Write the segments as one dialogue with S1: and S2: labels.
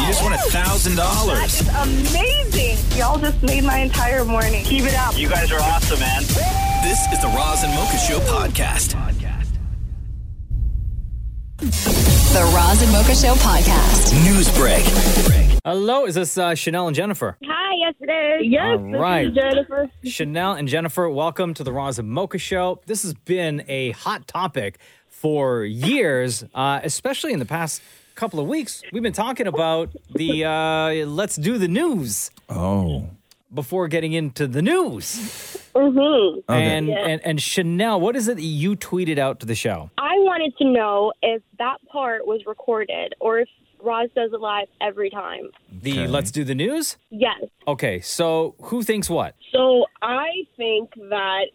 S1: You just won a thousand dollars.
S2: That is amazing. Y'all just made my entire morning. Keep it up.
S3: You guys are awesome, man.
S4: This is the Roz and Mocha Show podcast.
S5: The Roz and Mocha Show podcast.
S4: News break.
S1: Hello, is this uh, Chanel and Jennifer?
S6: Hi, yes it is.
S1: All
S6: Yes,
S1: right.
S6: this is Jennifer.
S1: Chanel and Jennifer, welcome to the Roz and Mocha Show. This has been a hot topic for years, uh, especially in the past couple of weeks. We've been talking about the uh, let's do the news
S7: Oh.
S1: before getting into the news.
S6: hmm
S1: And, and and Chanel, what is it that you tweeted out to the show?
S6: I wanted to know if that part was recorded or if Roz does it live every time.
S1: The let's do the news?
S6: Yes.
S1: Okay, so who thinks what?
S6: So I think that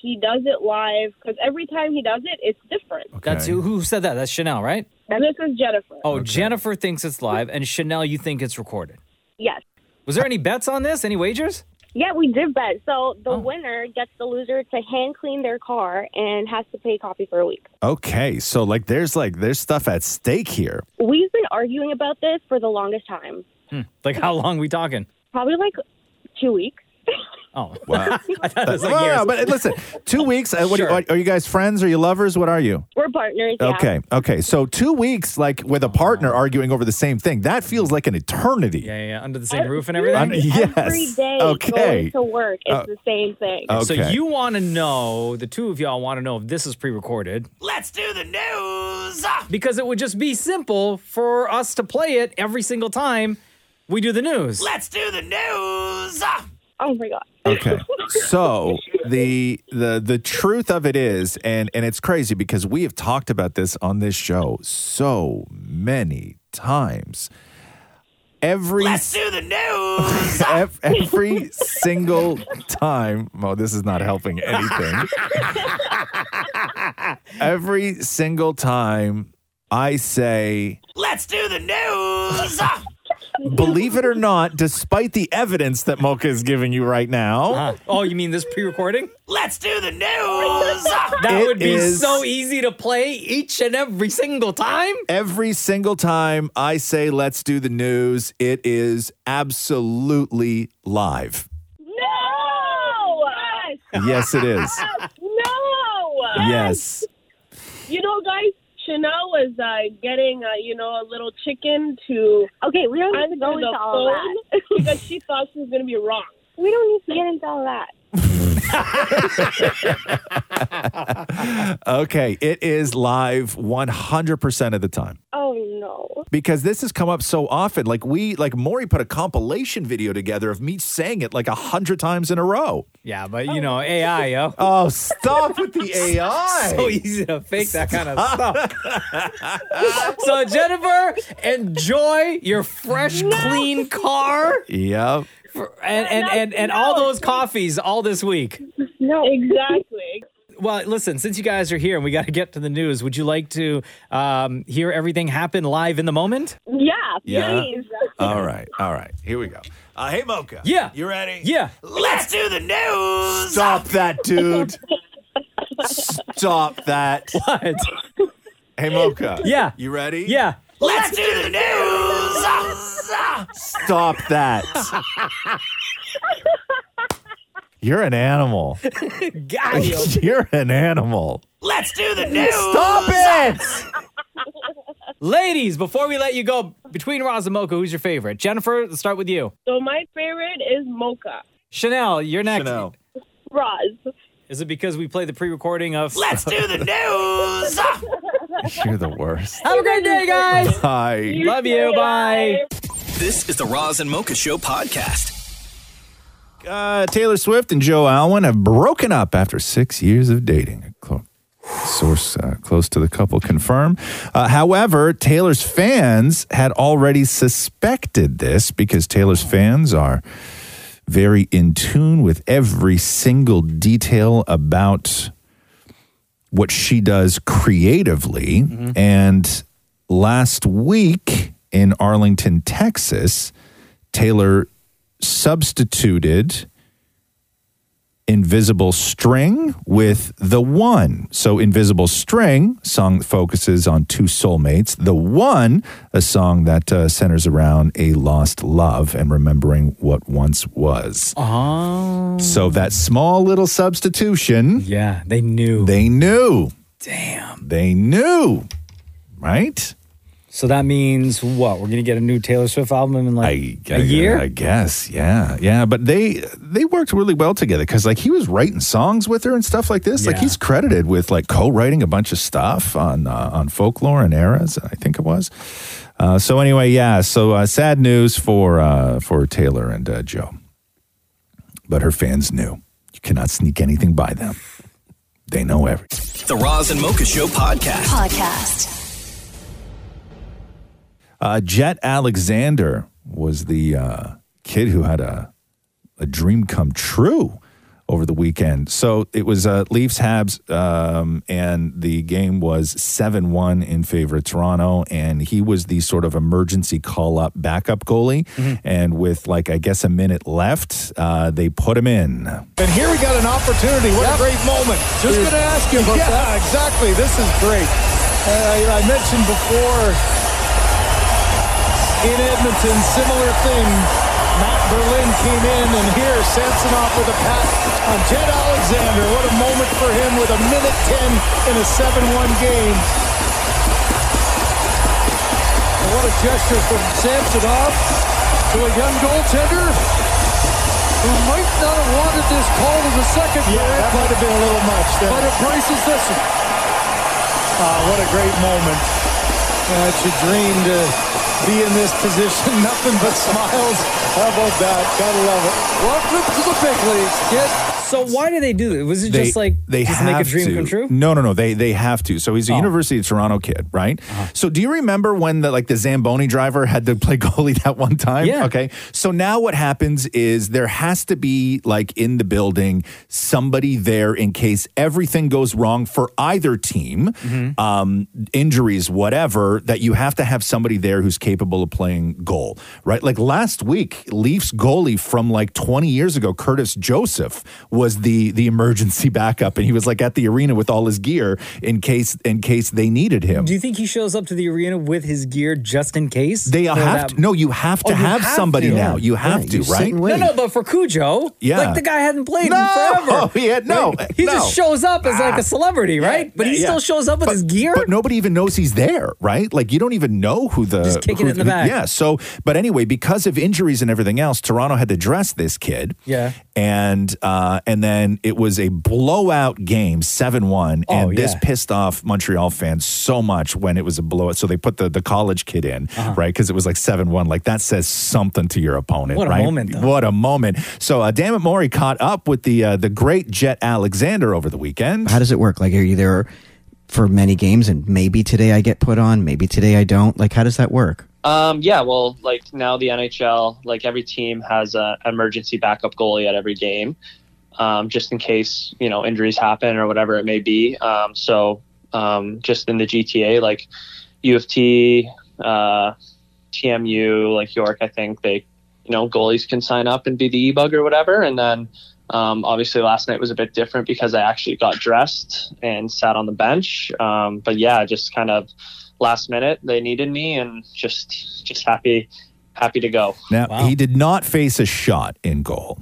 S6: he does it live because every time he does it, it's different.
S1: That's who, who said that? That's Chanel, right?
S6: And this is Jennifer.
S1: Oh, Jennifer thinks it's live, and Chanel, you think it's recorded.
S6: Yes.
S1: Was there any bets on this? Any wagers?
S6: Yeah, we did bet. So the winner gets the loser to hand clean their car and has to pay coffee for a week.
S8: Okay, so like there's like there's stuff at stake here.
S6: We've been arguing about this for the longest time,
S1: Hmm. Like how long we talking?
S6: probably like two weeks.
S1: Oh,
S8: Wow.
S1: I thought it was like
S8: Wow,
S1: years.
S8: but listen, two weeks. uh, What are,
S1: Sure.
S8: you, are you guys friends? Are you lovers? What are you?
S6: We're partners. yeah.
S8: Okay, okay. So two weeks, like with a partner arguing over the same thing, that feels like an eternity.
S1: Yeah, yeah, yeah, under the same roof and everything.
S8: I'm- yes.
S6: Every day going
S8: Okay.
S6: to work, it's the same thing.
S8: Oh.
S1: So
S8: okay.
S1: you want to know? The two of y'all want to know if this is pre-recorded
S4: Let's do the news.
S1: because it would just be simple for us to play it every single time we do the news.
S4: Let's do the news.
S6: oh my god!
S8: Okay. So the the the truth of it is, and and it's crazy because we have talked about this on this show so many times. Every
S4: Let's do the news.
S8: ev- every single time. Well, this is not helping anything. every single time I say,
S4: Let's do the news.
S8: believe it or not, despite the evidence that Mocha is giving you right now.
S1: Huh. Oh, you mean this pre-recording?
S4: Let's do the news.
S1: That
S8: It
S1: would be
S8: is-
S1: so easy to play each and every single time.
S8: Every single time I say let's do the news, it is absolutely live.
S6: No!
S8: Yes, it is.
S2: No!
S8: Yes.
S2: You know, guys, Chanel was uh, getting, uh, you know, a little chicken to
S6: Okay, we don't need
S2: answer
S6: to go into
S2: the
S6: all
S2: phone
S6: that.
S2: because she thought she was going to be wrong.
S6: We don't need to get into all that.
S8: Okay, it is live 100% of the time.
S6: Oh no!
S8: Because this has come up so often. Like we like Maury put a compilation video together of me saying it like a hundred times in a row.
S1: Yeah, but you know, AI, yo.
S8: Oh, stop with the AI.
S1: so easy to fake that kind of stuff. so Jennifer, enjoy your fresh, clean car
S8: yep.
S1: for, and, and, and, and all those coffees all this week.
S6: No,
S2: Exactly.
S1: Well, listen, since you guys are here and we got to get to the news, would you like to um, hear everything happen live in the moment?
S6: yeah,
S8: Yeah.
S6: please.
S8: All right. All right. Here we go. Uh, hey Mocha.
S1: Yeah.
S8: You ready?
S1: Yeah.
S4: Let's do the news.
S8: Stop that, dude. Stop that.
S1: What?
S8: Hey, Mocha.
S1: Yeah.
S8: You ready?
S1: Yeah.
S4: Let's do the news.
S8: Stop that. You're an animal.
S1: Got you.
S8: You're an animal.
S4: Let's do the news.
S8: Stop it.
S1: Ladies, before we let you go, Between Roz and Mocha, who's your favorite? Jennifer, let's start with you.
S9: So my favorite is Mocha.
S1: Chanel, you're next.
S9: Roz.
S1: Is it because we played the pre-recording of
S9: Let's do the news!
S8: You're the worst.
S1: Have a great day, guys.
S8: Bye.
S1: Love you. Bye.
S4: This is the Roz and Mocha Show podcast.
S8: Uh, Taylor Swift and Joe Alwyn have broken up after six years of dating. Clo- Source uh, close to the couple confirm. Uh, however, Taylor's fans had already suspected this because Taylor's fans are very in tune with every single detail about what she does creatively. And last week in Arlington, Texas, Taylor substituted Invisible String with The One. So, Invisible String, song that focuses on two soulmates. The One, a song that uh, centers around a lost love and remembering what once was.
S1: Oh.
S8: So, that small little substitution.
S1: Yeah, they knew.
S8: They knew. Damn. They knew, right?
S1: So that means what? We're gonna get a new Taylor Swift album in like a
S8: I-
S1: year.
S8: I guess, yeah, yeah. But they they worked really well together because like he was writing songs with her and stuff like this. Like he's credited with like co-writing a bunch of stuff on uh, on folklore and eras. I think it was. Uh, so anyway, yeah. So uh, sad news for uh, for Taylor and uh, Joe, but her fans knew. You cannot sneak anything by them. They know everything.
S4: The Roz and Mocha Show podcast.
S10: Podcast.
S8: Uh, Jet Alexander was the uh, kid who had a a dream come true over the weekend. So it was uh, Leafs Habs, um, and the game was seven one in favor of Toronto. And he was the sort of emergency call up backup goalie. And with like I guess a minute left, uh, they put him in.
S11: And here we got an opportunity. What a great moment. Just going to ask you about yeah, exactly. This is great. Uh, I, I mentioned before in Edmonton, similar thing. Matt Berlin came in, and here Samsonov with a pass on Jed Alexander. What a moment for him with a minute 10 in a 7-1 game. And what a gesture from Samsonov to a young goaltender who might not have wanted this call to the second yeah, period. that might have been a little much. But it prices this one. Ah, what a great moment. Uh, it's your dream to be in this position. Nothing but smiles. How about that? Gotta love it. Welcome to the big leagues, kid.
S1: So why do they do this? Was it just like just make a dream
S8: to.
S1: come true? Oh.
S8: No, no, no. They they have to. So he's a University of Toronto kid, right?
S1: Uh-huh.
S8: So do you remember when the like the Zamboni driver had to play goalie that one time?
S12: Yeah.
S8: Okay. So now what happens is there has to be like in the building somebody there in case everything goes wrong for either team,
S11: Mm-hmm.
S8: um, injuries, whatever. That you have to have somebody there who's capable of playing goal, right? Like last week, Leafs goalie from like 20 years ago, Curtis Joseph was the the emergency backup, and he was like at the arena with all his gear in case in case they needed him.
S1: Do you think he shows up to the arena with his gear just in case?
S8: They
S1: For
S8: have
S1: that-
S8: to, no, you have to
S1: Oh, you
S8: have, somebody
S1: to.
S8: now. You have to, right?
S1: No, no, but for Cujo,
S8: Yeah.
S1: like the guy hadn't played
S8: No!
S1: in forever.
S8: Yeah, no,
S1: he
S8: no.
S1: just shows up as like
S8: Ah.
S1: a celebrity, right? But he
S8: Yeah,
S1: still
S8: yeah.
S1: shows up with
S8: But-
S1: his gear.
S8: But nobody even knows he's there, right? Like you don't even know who the
S1: Just kicking
S8: who-
S1: it in the back.
S8: Yeah. So, but anyway, because of injuries and everything else, Toronto had to dress this kid.
S1: Yeah.
S8: and uh, and then it was a blowout game, seven one, and
S1: Oh,
S8: this
S1: yeah.
S8: pissed off Montreal fans so much when it was a blowout. So they put the the college kid in,
S1: Uh-huh.
S8: right? Because it was like seven one. Like that says something to your opponent.
S1: What a
S8: right?
S1: moment, though.
S8: What a moment! So uh, Dammit Maury caught up with the uh, the great Jet Alexander over the weekend.
S13: How does it work? Like, are you there for many games and maybe today I get put on, maybe today I don't? Like, how does that work?
S14: Um, yeah, well, like now the NHL, like every team has an emergency backup goalie at every game, um, just in case you know injuries happen or whatever it may be. Um, so um, just in the GTA, like U of T, uh, TMU, like York, I think they, you know, goalies can sign up and be the e-bug or whatever, and then. Um, obviously, last night was a bit different because I actually got dressed and sat on the bench. Um, but yeah, just kind of last minute they needed me and just just happy happy to go
S8: Now he did not face a shot in goal,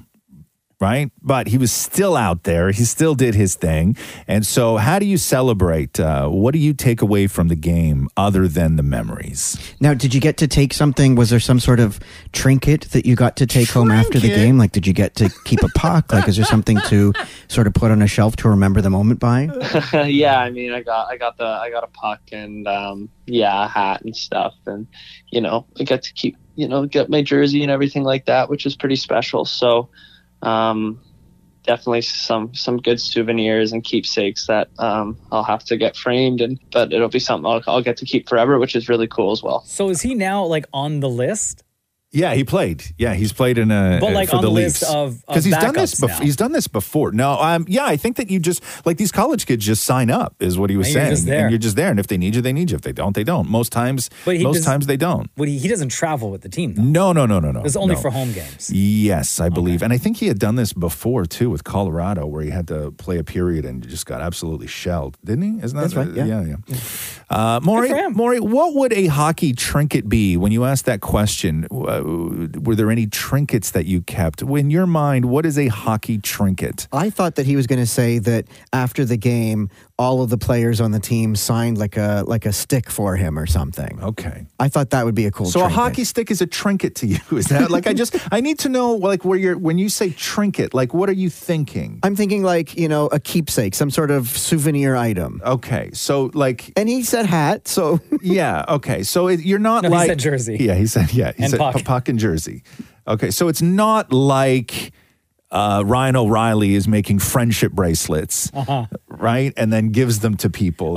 S8: right? But he was still out there. He still did his thing. And so, how do you celebrate? Uh, what do you take away from the game other than the memories?
S13: Now, did you get to take something? Was there some sort of trinket that you got to take home after the game? Like, did you get to keep a puck? like, is there something to sort of put on a shelf to remember the moment by?
S14: yeah, I mean, I got I got the I got a puck and um, yeah, a hat and stuff, and you know, I got to keep you know get my jersey and everything like that, which is pretty special. So, um, definitely some some good souvenirs and keepsakes that um, I'll have to get framed, and but it'll be something I'll, I'll get to keep forever, which is really cool as well.
S1: So is he now like on the list?
S8: Yeah, he played. Yeah, he's played in a
S1: But,
S8: uh,
S1: like,
S8: for
S1: on
S8: the
S1: the list
S8: Leafs
S1: of- of
S8: he's done this
S1: backups
S8: before.
S1: now.
S8: He's done this before. No, um, yeah, I think that you just like these college kids just sign up is what he was
S1: And you're
S8: saying,
S1: just there.
S8: and you're just there. And if they need you, they need you. If they don't, they don't. Most times,
S1: But he
S8: most
S1: does-
S8: times they don't.
S1: Would he? He doesn't travel with the team. Though.
S8: No, no, no, no, no.
S1: It's only
S8: no.
S1: for home games.
S8: Yes, I believe. And I think he had done this before too with Colorado where he had to play a period and just got absolutely shelled, didn't he? Isn't that
S13: That's right, yeah.
S8: yeah. yeah. Uh, Maury, Maury, what would a hockey trinket be when you asked that question? w- uh, Were there any trinkets that you kept? In your mind, what is a hockey trinket?
S13: I thought that he was going to say that after the game, all of the players on the team signed like a like a stick for him or something.
S8: Okay,
S13: I thought that would be a cool.
S8: so
S13: trinket.
S8: a hockey stick is a trinket to you, is that? Like I just I need to know like where you're when you say trinket, like what are you thinking?
S13: I'm thinking like you know a keepsake, some sort of souvenir item.
S8: Okay, so like,
S13: and he said hat, so
S8: Yeah. Okay. So it, you're not
S13: No, he
S8: like
S13: said jersey.
S8: Yeah, he said yeah. He
S13: And
S8: said
S13: puck.
S8: p- puck and jersey. Okay. So it's not like uh, Ryan O'Reilly is making friendship bracelets,
S13: Uh-huh.
S8: right? And then gives them to people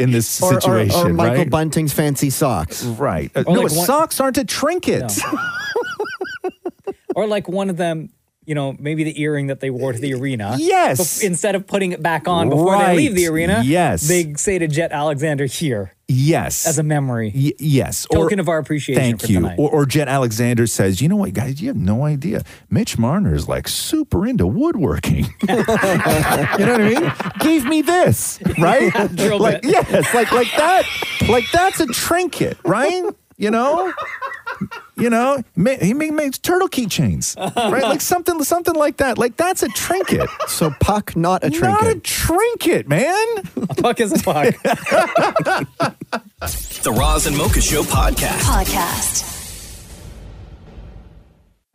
S8: in this
S13: Or- or- or
S8: situation,
S13: Michael
S8: right?
S13: Bunting's fancy socks,
S8: right? Uh, no, socks aren't a trinket.
S1: or like one of them, you know, maybe the earring that they wore to the arena.
S8: Yes.
S1: Bef- instead of putting it back on before they leave the
S8: Right.
S1: arena,
S8: Yes.
S1: they say to Jet Alexander here.
S8: Yes.
S1: As a memory.
S8: Y- yes. Or-
S1: Token of our appreciation
S8: Thank
S1: for
S8: you.
S1: tonight.
S8: Or, or Jet Alexander says, you know what, guys, you have no idea. Mitch Marner is like super into woodworking. you know what I mean? Gave me this, right?
S7: Drill
S8: like
S7: bit.
S8: yes, like like that, like that's a trinket, right? You know. You know, ma- he ma- makes turtle keychains, right? Like something, something like that. Like that's a trinket.
S13: So puck, not a
S8: trinket. Not a trinket, man.
S1: A puck is a puck.
S11: The Roz and Mocha Show podcast.
S4: Podcast.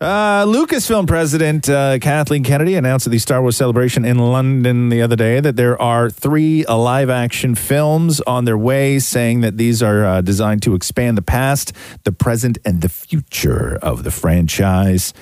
S8: Uh, Lucasfilm president uh, Kathleen Kennedy announced at the Star Wars celebration in London the other day that there are three uh, live action films on their way, saying that these are uh, designed to expand the past, the present, and the future of the franchise.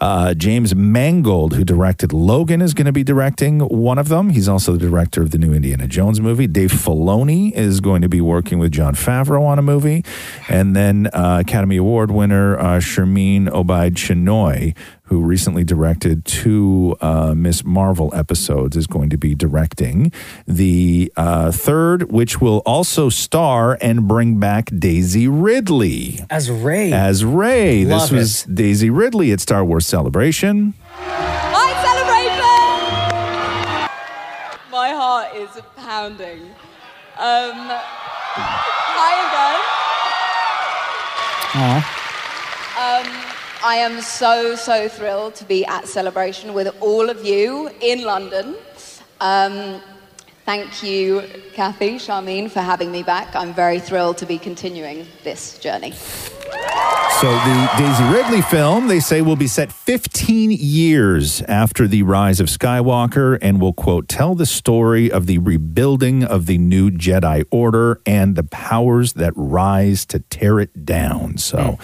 S8: Uh, James Mangold, who directed Logan, is going to be directing one of them. He's also the director of the new Indiana Jones movie. Dave Filoni is going to be working with John Favreau on a movie. And then uh, Academy Award winner uh, Shermeen Obaid Chinoy, who recently directed two uh, Miss Marvel episodes, is going to be directing the uh, third, which will also star and bring back Daisy Ridley.
S1: As Ray.
S8: As Ray.
S1: Love
S8: this was Daisy Ridley at Star Wars Celebration.
S15: I celebrate them! My heart is pounding. Um, hi again. Um, I am so, so thrilled to be at Celebration with all of you in London. Um, thank you, Kathy, Charmin, for having me back. I'm very thrilled to be continuing this journey.
S8: So the Daisy Ridley film, they say, will be set 15 years after the rise of Skywalker and will, quote, tell the story of the rebuilding of the new Jedi Order and the powers that rise to tear it down. So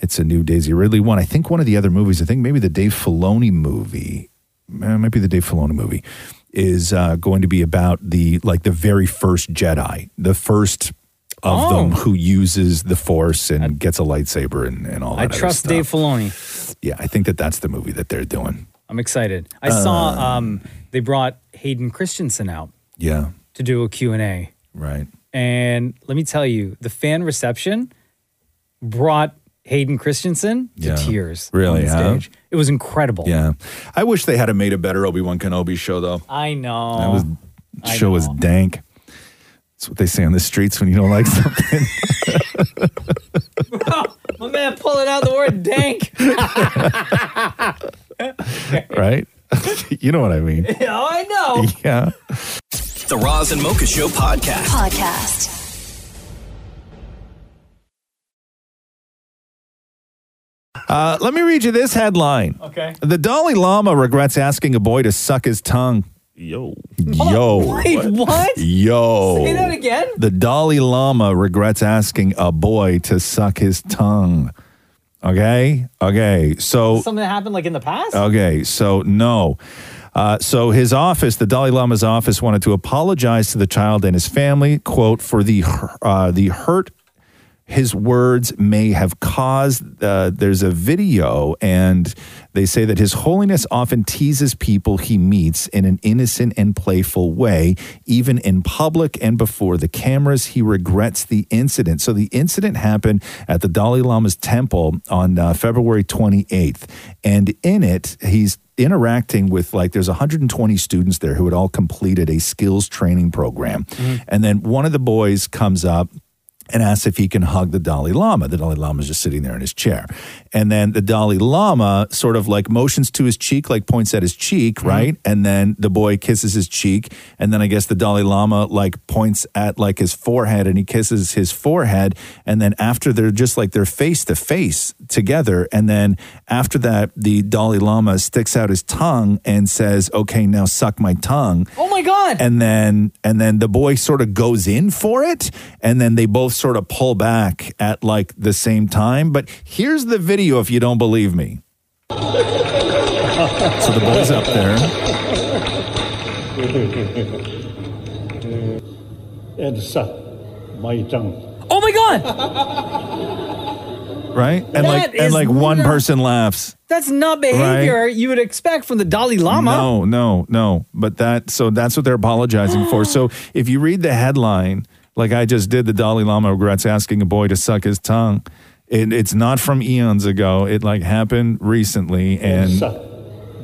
S8: it's a new Daisy Ridley one. I think one of the other movies, I think maybe the Dave Filoni movie, uh, it might be the Dave Filoni movie, is uh, going to be about the, like, the very first Jedi, the first of
S1: Oh.
S8: them who uses the force and gets a lightsaber and, and all that.
S1: I
S8: other
S1: trust
S8: stuff.
S1: Dave Filoni.
S8: Yeah, I think that that's the movie that they're doing.
S1: I'm excited. I saw
S8: Uh.
S1: um, they brought Hayden Christensen out
S8: Yeah,
S1: to do a Q&A.
S8: right.
S1: And let me tell you, the fan reception brought Hayden Christensen to
S8: Yeah.
S1: tears.
S8: Really,
S1: on the
S8: huh?
S1: stage. It was incredible.
S8: Yeah, I wish they had made a better Obi Wan Kenobi show though.
S1: I know.
S8: That was show was dank. That's what they say on the streets when you don't like something.
S1: My man pulling out the word dank.
S8: right? you know what I mean?
S1: oh, I know.
S8: Yeah.
S4: The Roz and Mocha Show podcast.
S5: Podcast.
S8: Uh, let me read you this headline.
S1: Okay.
S8: The Dalai Lama regrets asking a boy to suck his tongue. Yo. Yo.
S1: Wait, what?
S8: Oh, Yo.
S1: Say that again?
S8: The Dalai Lama regrets asking a boy to suck his tongue. Okay? Okay. So
S1: Something that happened like in the past?
S8: Okay, so no. Uh, so his office, the Dalai Lama's office, wanted to apologize to the child and his family, quote, for the hu- uh, the hurt his words may have caused. Uh, there's a video, and they say that His Holiness often teases people he meets in an innocent and playful way, even in public and before the cameras. He regrets the incident. So the incident happened at the Dalai Lama's temple on uh, February 28th, and in it, he's interacting with like there's 120 students there who had all completed a skills training program Mm-hmm. and then one of the boys comes up and asks if he can hug the Dalai Lama. The Dalai Lama is just sitting there in his chair. And then the Dalai Lama sort of like motions to his cheek, like points at his cheek, right? And then the boy kisses his cheek. And then I guess the Dalai Lama like points at like his forehead and he kisses his forehead. And then after they're just like they're face to face together. And then after that, the Dalai Lama sticks out his tongue and says, okay, now suck my tongue.
S1: Oh my god.
S8: And then and then the boy sort of goes in for it and then they both sort of pull back at like the same time. But here's the video if you don't believe me. So the boy's up there.
S16: and suck my tongue.
S1: Oh my god.
S8: Right? And
S1: That
S8: like
S1: is
S8: and like one
S1: not-
S8: person laughs.
S1: That's not behavior you would expect from the Dalai Lama.
S8: No, no, no. But that so that's what they're apologizing for. So if you read the headline, like I just did, the Dalai Lama regrets asking a boy to suck his tongue. It, it's not from eons ago. It like happened recently, and
S16: suck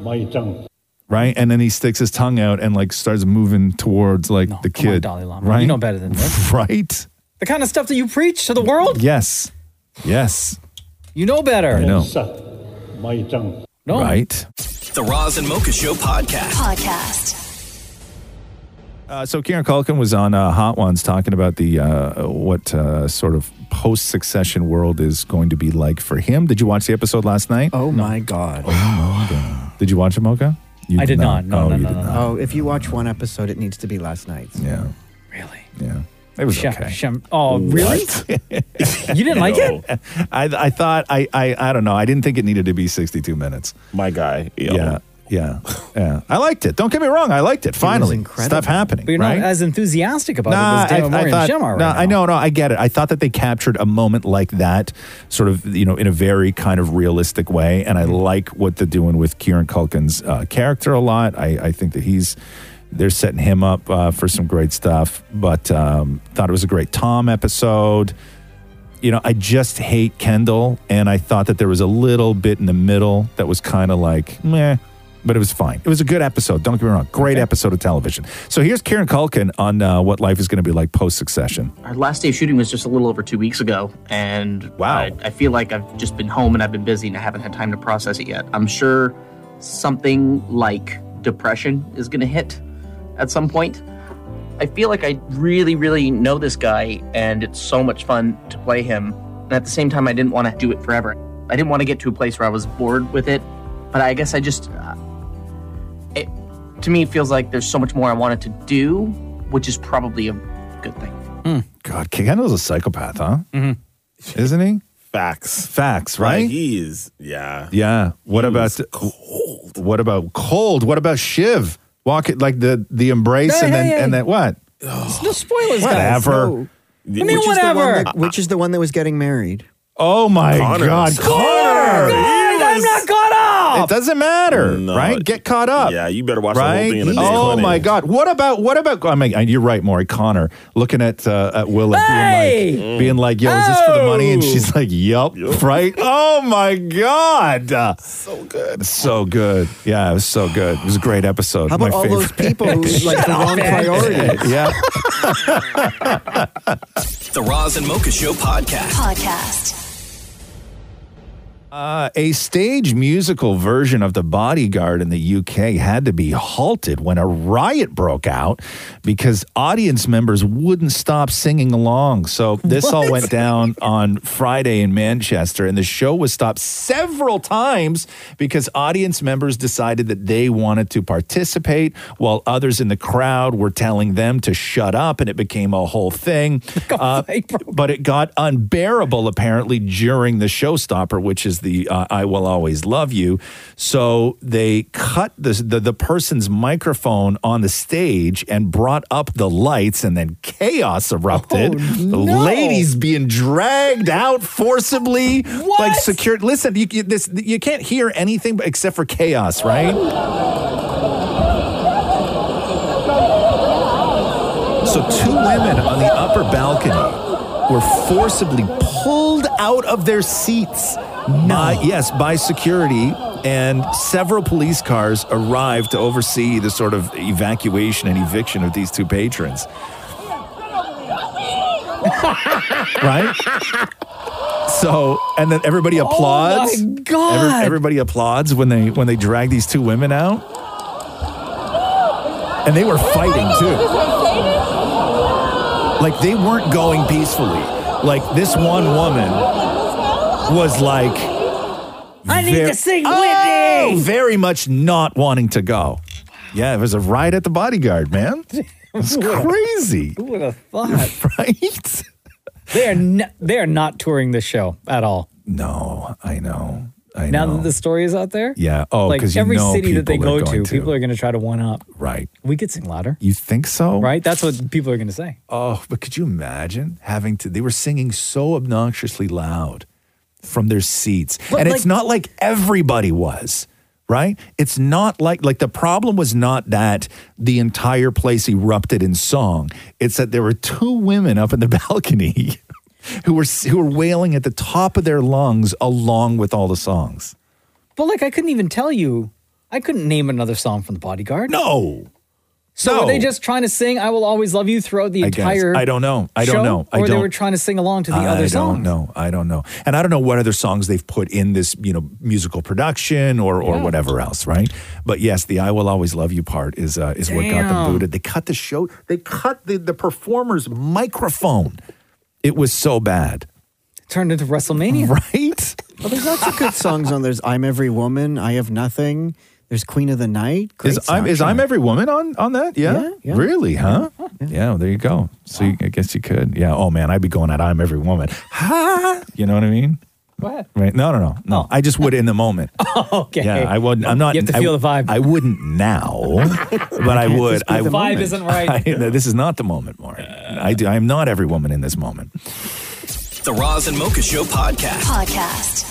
S16: my tongue.
S8: right, and then he sticks his tongue out and like starts moving towards like the
S1: come on,
S8: kid.
S1: Dalai Lama. You
S8: right?
S1: know better than this.
S8: right?
S1: The kind of stuff that you preach to the world?
S8: Yes, yes.
S1: You know better.
S8: I know.
S16: Suck my tongue.
S1: No.
S8: Right.
S4: The Roz and Mocha Show podcast.
S5: Podcast.
S8: Uh, so Kieran Culkin was on uh, Hot Ones talking about the uh, what uh, sort of post succession world is going to be like for him. Did you watch the episode last night? Oh my god! Did you watch it, Mocha? You
S17: I did not.
S8: oh,
S17: No, no,
S8: you
S17: no,
S8: did
S17: no,
S8: not.
S17: Oh, if you watch one episode, it needs to be last night's.
S8: Yeah. Really? Yeah. It was
S1: Shum-
S8: okay.
S1: shum- oh, really?
S8: you
S1: didn't like it?
S8: I, I thought I, I I don't know. I didn't think it needed to be sixty two minutes. My guy. Yeah. Yeah. Yeah. I liked it. Don't get me wrong. I liked it. Finally, stuff happening.
S1: But you're
S8: right?
S1: not as enthusiastic about it
S8: Nah,
S1: as David Moore and
S8: thought,
S1: Jim are right
S8: no,
S1: now.
S8: I know, no, I get it. I thought that they captured a moment like that, sort of, you know, in a very kind of realistic way. And I
S1: Mm-hmm.
S8: like what they're doing with Kieran Culkin's uh, character a lot. I, I think that he's they're setting him up uh, for some great stuff. But um, thought it was a great Tom episode. You know, I just hate Kendall, and I thought that there was a little bit in the middle that was kind of like meh. But it was fine. It was a good episode. Don't get me wrong. Great episode of television. So here's Kieran Culkin on uh, what life is going to be like post succession.
S18: Our last day of shooting was just a little over two weeks ago, and wow, I, I feel like I've just been home and I've been busy and I haven't had time to process it yet. I'm sure something like depression is going to hit at some point. I feel like I really, really know this guy, and it's so much fun to play him. And at the same time, I didn't want to do it forever. I didn't want to get to a place where I was bored with it. But I guess I just, uh, it, to me, it feels like there's so much more I wanted to do, which is probably a good thing.
S8: God, Kendall's a psychopath, huh? Hmm. Mm-hmm. Isn't he? Facts. Facts, right?
S19: He is, yeah.
S8: yeah. What about cold? What about cold? What about Shiv? Walk it like the the embrace
S17: Hey,
S8: and then
S17: hey, hey.
S8: and then what?
S1: No spoilers, guys.
S8: Whatever.
S17: I mean, whatever. which is the one that was getting married?
S8: Oh my
S17: Connor.
S8: God,
S17: Spoiler!
S8: Connor!
S17: God, I'm
S1: not caught
S8: It doesn't matter, right? Get caught up.
S19: Yeah, you better watch the
S8: right?
S19: whole thing in a day.
S8: oh my God! What about what about? I mean, uh, you're right, Maury Connor. Looking at uh, at Will and being like, being like, "Yo, is this for the money?"
S19: Oh!
S8: And she's like, "Yup." Right? Oh my God! so good, so good. Yeah, it was so good. It was a great episode.
S17: How about
S8: my
S17: all
S8: favorite.
S17: those people who like the wrong priorities?
S8: yeah.
S4: The Roz and Mocha Show podcast.
S5: Podcast.
S8: Uh, a stage musical version of The Bodyguard in the UK had to be halted when a riot broke out because audience members wouldn't stop singing along. So this all
S20: What?
S8: went down on Friday in Manchester, and the show was stopped several times because audience members decided that they wanted to participate while others in the crowd were telling them to shut up, and it became a whole thing. Uh, but it got unbearable apparently during the showstopper, which is the uh, "I Will Always Love You." So they cut the, the the person's microphone on the stage and brought up the lights, and then chaos erupted. Ladies being dragged out forcibly, like secured. Listen, you, you- this you can't hear anything but- except for chaos, right? So two women on the upper balcony were forcibly pulled out of their seats. by- yes, by security, and several police cars arrived to oversee the sort of evacuation and eviction of these two patrons. right? So, and then everybody
S20: Oh my
S8: applauds.
S20: God.
S8: everybody applauds when they when they drag these two women out. And they were fighting too like they weren't going peacefully. Like this one woman was like,
S20: I need
S8: ver-
S20: to sing
S8: Oh,
S20: Whitney!
S8: very much not wanting to go. Yeah, it was a riot at the bodyguard, man. It's crazy.
S1: Who would have thought? Right? they are n- they are not touring this show at all.
S8: No, I know. I
S1: now
S8: know.
S1: that the story is out there,
S8: Yeah. Oh,
S1: like
S8: 'cause you
S1: every
S8: know
S1: city that they
S8: people
S1: go
S8: are
S1: to,
S8: going to.
S1: people are going to try to one up.
S8: Right.
S1: We could sing louder,
S8: You think so?
S1: right? That's what people are going to say.
S8: Oh, but could you imagine having to? They were singing so obnoxiously loud from their seats,
S20: But,
S8: and
S20: like-
S8: it's not like everybody was. Right? It's not like like the problem was not that the entire place erupted in song. It's that there were two women up in the balcony who were who were wailing at the top of their lungs along with all the songs.
S1: But like, I couldn't even tell you. I couldn't name another song from The Bodyguard.
S8: No.
S1: So
S8: No.
S1: were they just trying to sing "I Will Always Love You" throughout the
S8: I guess.
S1: entire?
S8: I don't know. I don't
S1: show?
S8: know. I
S1: or they
S8: don't-
S1: were trying to sing along to the
S8: I
S1: other
S8: don't
S1: song.
S8: know. I don't know. And I don't know what other songs they've put in this, you know, musical production or or
S1: Yeah.
S8: whatever else, right? But yes, the I will always love you part is uh, is what got
S20: Damn.
S8: them booted. They cut the show. They cut the the performer's microphone. It was so bad.
S1: Turned into WrestleMania,
S8: right?
S17: Well, there's lots of good songs on. There's "I'm Every Woman," "I Have Nothing." There's "Queen of the Night." Great
S8: Is I'm is
S17: soundtrack.
S8: I'm every woman on on that? Yeah,
S17: Yeah, yeah.
S8: really, huh? Yeah. well, there you go. So you, I guess you could. Yeah. Oh man, I'd be going at I'm every woman. Ha! You know what I mean?
S1: What?
S8: Right? No, no, no, no.
S1: Oh.
S8: I just would in the moment.
S1: okay.
S8: Yeah, I wouldn't. I'm not.
S1: You have to
S8: I-
S1: feel the vibe.
S8: I wouldn't now, but I
S1: Can't
S8: would.
S1: just be
S8: I
S1: the
S8: would.
S1: vibe isn't right.
S8: I- no, this is not the moment, Maureen. I do. I am not every woman in this moment.
S4: The Roz and Mocha Show podcast.
S5: Podcast.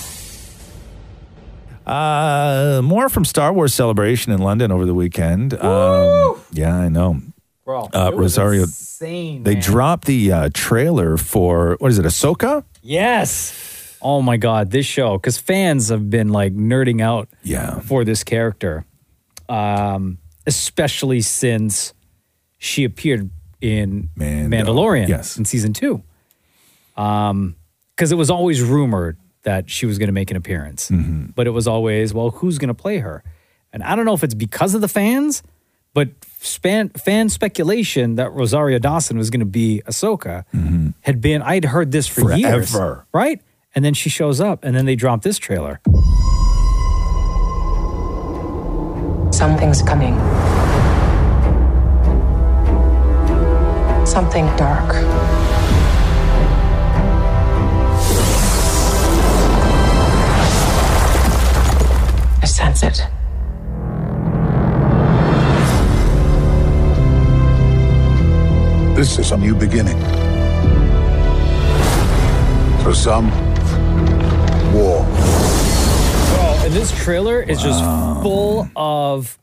S8: Uh, more from Star Wars Celebration in London over the weekend. Um, yeah, I know.
S1: Bro,
S8: Uh,
S1: it was
S8: Rosario,
S1: insane,
S8: They
S1: man.
S8: dropped the uh, trailer for what is it? Ahsoka.
S1: Yes. Oh my God, this show because fans have been like nerding out.
S8: Yeah.
S1: For this character, um, especially since she appeared in Mandalorian. Yes. In season two. Um, because it was always rumored that she was going to make an appearance, but it was always well, who's going to play her? And I don't know if it's because of the fans, but span, fan speculation that Rosario Dawson was going to be Ahsoka had been. I'd heard this for years,
S20: Forever.
S1: right? And then she shows up, and then they drop this trailer.
S21: Something's coming. Something dark. I sense it.
S22: This is a new beginning. For some, war.
S1: Bro, and this trailer is just full of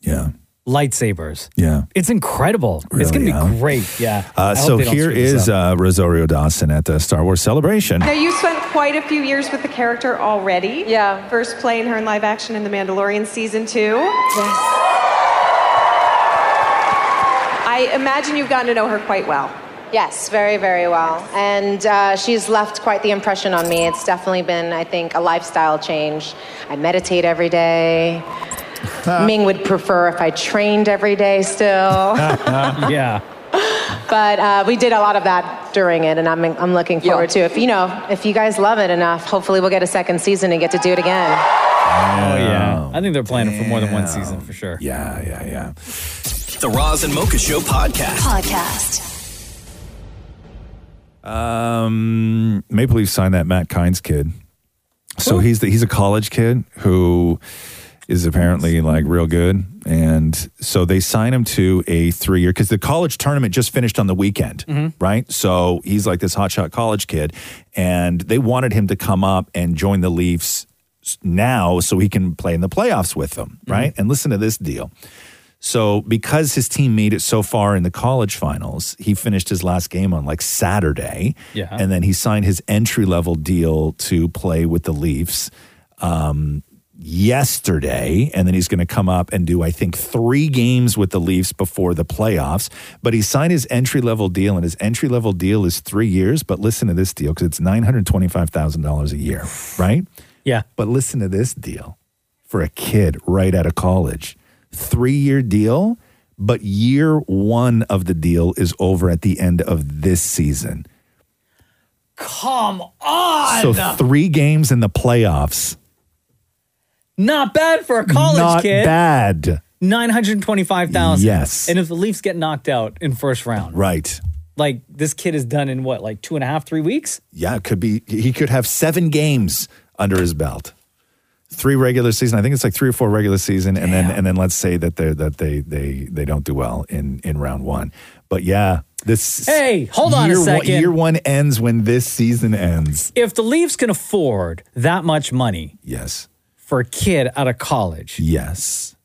S8: yeah
S1: lightsabers.
S8: Yeah,
S1: it's incredible. it's
S8: Really,
S1: gonna be
S8: huh?
S1: great. Yeah.
S8: Uh,
S1: I hope
S8: so
S1: they don't
S8: here
S1: screw this
S8: is
S1: up.
S8: uh, Rosario Dawson at the Star Wars Celebration.
S23: Now, you spent quite a few years with the character already. Yeah. First playing her in live action in The Mandalorian season two. Yes. I imagine you've gotten to know her quite well.
S24: Yes, very, very well. And uh, she's left quite the impression on me. It's definitely been, I think, a lifestyle change. I meditate every day. Ming would prefer if I trained every day still.
S8: Mm-hmm.
S1: yeah.
S24: but uh, we did a lot of that during it, and I'm, I'm looking forward to it. If you know, if you guys love it enough, hopefully we'll get a second season and get to do it again.
S1: Oh yeah. I think they're planning for more than one season for sure.
S8: Yeah, yeah, yeah.
S4: The Roz and Mocha Show podcast.
S5: Podcast.
S8: Um, Maple Leafs signed that Matt Kynes kid. So he's the, he's a college kid who is apparently like real good, and so they sign him to a three year because the college tournament just finished on the weekend,
S20: Mm-hmm.
S8: right? So he's like this hotshot college kid, and they wanted him to come up and join the Leafs now so he can play in the playoffs with them, right? And listen to this deal. So, because his team made it so far in the college finals, he finished his last game on like Saturday.
S25: Yeah.
S8: And then he signed his entry level deal to play with the Leafs um, yesterday. And then he's going to come up and do, I think, three games with the Leafs before the playoffs. But he signed his entry level deal, and his entry level deal is three years. But listen to this deal because it's $925,000 a year, right?
S1: Yeah.
S8: But listen to this deal for a kid right out of college. Three year deal, but year one of the deal is over at the end of this season.
S1: Come on.
S8: So three games in the playoffs.
S1: Not bad for a college
S8: Not
S1: kid.
S8: bad.
S1: 925,000.
S8: Yes.
S1: And if the Leafs get knocked out in first round,
S8: Right.
S1: like this kid is done in what, like two and a half, three weeks?
S8: Yeah, it could be he could have seven games under his belt. Three regular season. I think it's like three or four regular season, and then and then let's say that they that they they they don't do well in in round one. But yeah, this
S1: Hey, hold on a
S8: year one-
S1: second.
S8: year one ends when this season ends.
S1: If the Leafs can afford that much money,
S8: yes,
S1: for a kid out of college,
S8: yes,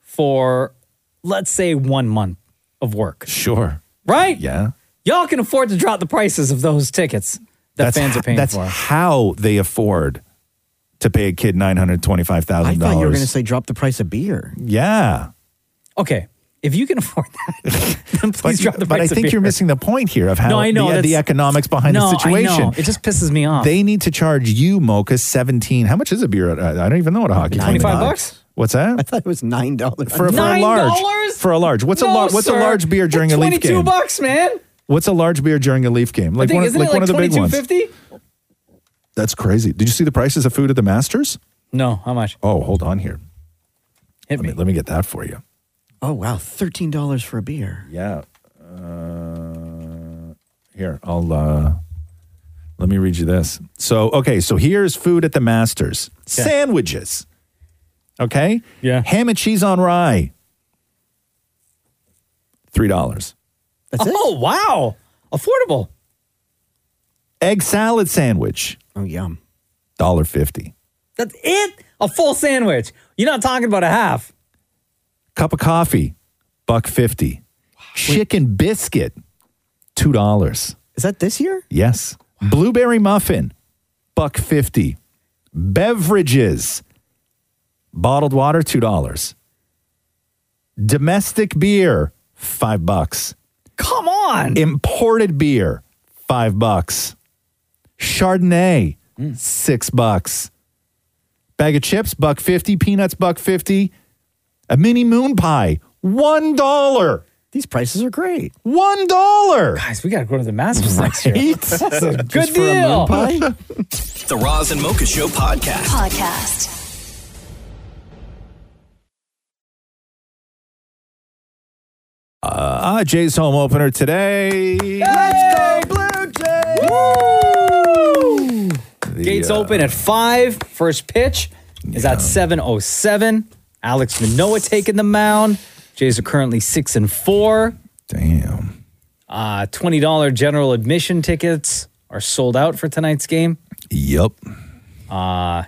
S1: for let's say one month of work,
S8: sure,
S1: right?
S8: Yeah,
S1: y'all can afford to drop the prices of those tickets that fans
S8: h-
S1: are paying
S8: that's
S1: for.
S8: how they afford to pay a kid nine hundred twenty five
S17: I
S8: thousand
S17: thought you were going to
S8: dollars.
S17: say drop the price of beer.
S8: Yeah.
S1: Okay, if you can afford that, then please drop the
S8: But
S1: price
S8: I
S1: of
S8: think
S1: beer.
S8: you're missing the point here of how
S1: No, I know,
S8: the, the
S1: that's-
S8: economics behind
S1: No, I
S8: the situation.
S1: know. It just pisses me off.
S8: They need to charge you, Mocha, seventeen. How much is a beer? At, I I don't even know what a hockey.
S17: Nine
S8: game is.
S17: $25 bucks?
S8: What's that? I
S17: thought it was nine dollars
S8: for, for a large. For a large. What's a large? What's a large beer during a Leaf game?
S1: Twenty-two bucks, man.
S8: What's a large beer during a Leaf game?
S1: I
S8: Like
S1: think,
S8: one, of-
S1: isn't
S8: like
S1: it
S8: one of the big ones.
S1: 22.50?
S8: That's crazy. Did you see the prices of food at the Masters?
S1: No, how much?
S8: Oh, hold on here.
S1: Hit
S8: let me. Let me get that for you.
S17: Oh wow, thirteen dollars for a beer.
S8: Yeah. Uh, here, I'll uh, let me read you this. So, okay, so here's food at the Masters sandwiches. Okay? Yeah. Ham and cheese on rye. $3.
S17: That's
S1: it. Oh wow, affordable.
S8: Egg salad sandwich.
S17: Oh, yum.
S8: $1.50.
S1: That's it. A full sandwich. You're not talking about a half.
S8: Cup of coffee, buck fifty. Chicken biscuit, two dollars.
S17: Is that this year?
S8: Yes. Blueberry muffin, buck fifty. Beverages, bottled water, two dollars. Domestic beer, five bucks.
S1: Come on.
S8: Imported beer, five bucks. Chardonnay,
S1: Hmm.
S8: six bucks. Bag of chips, buck fifty. Peanuts, buck fifty. A mini moon pie, one dollar.
S17: These prices are great.
S8: One dollar.
S1: Guys, we got to go to the Masters next year.
S17: Right?
S1: That's a good
S17: Just for a
S1: deal.
S17: moon pie?
S4: The Roz and Mocha Show podcast.
S5: Podcast.
S8: Uh, Jay's home opener today.
S1: Let's
S8: go, Blue
S1: Jays! Gates
S8: uh,
S1: open at five. First pitch is at seven oh seven. Alex Manoa taking the mound. Jays are currently six and four.
S8: Damn.
S1: Uh, twenty dollar general admission tickets are sold out for tonight's game.
S8: Yep.
S1: Uh,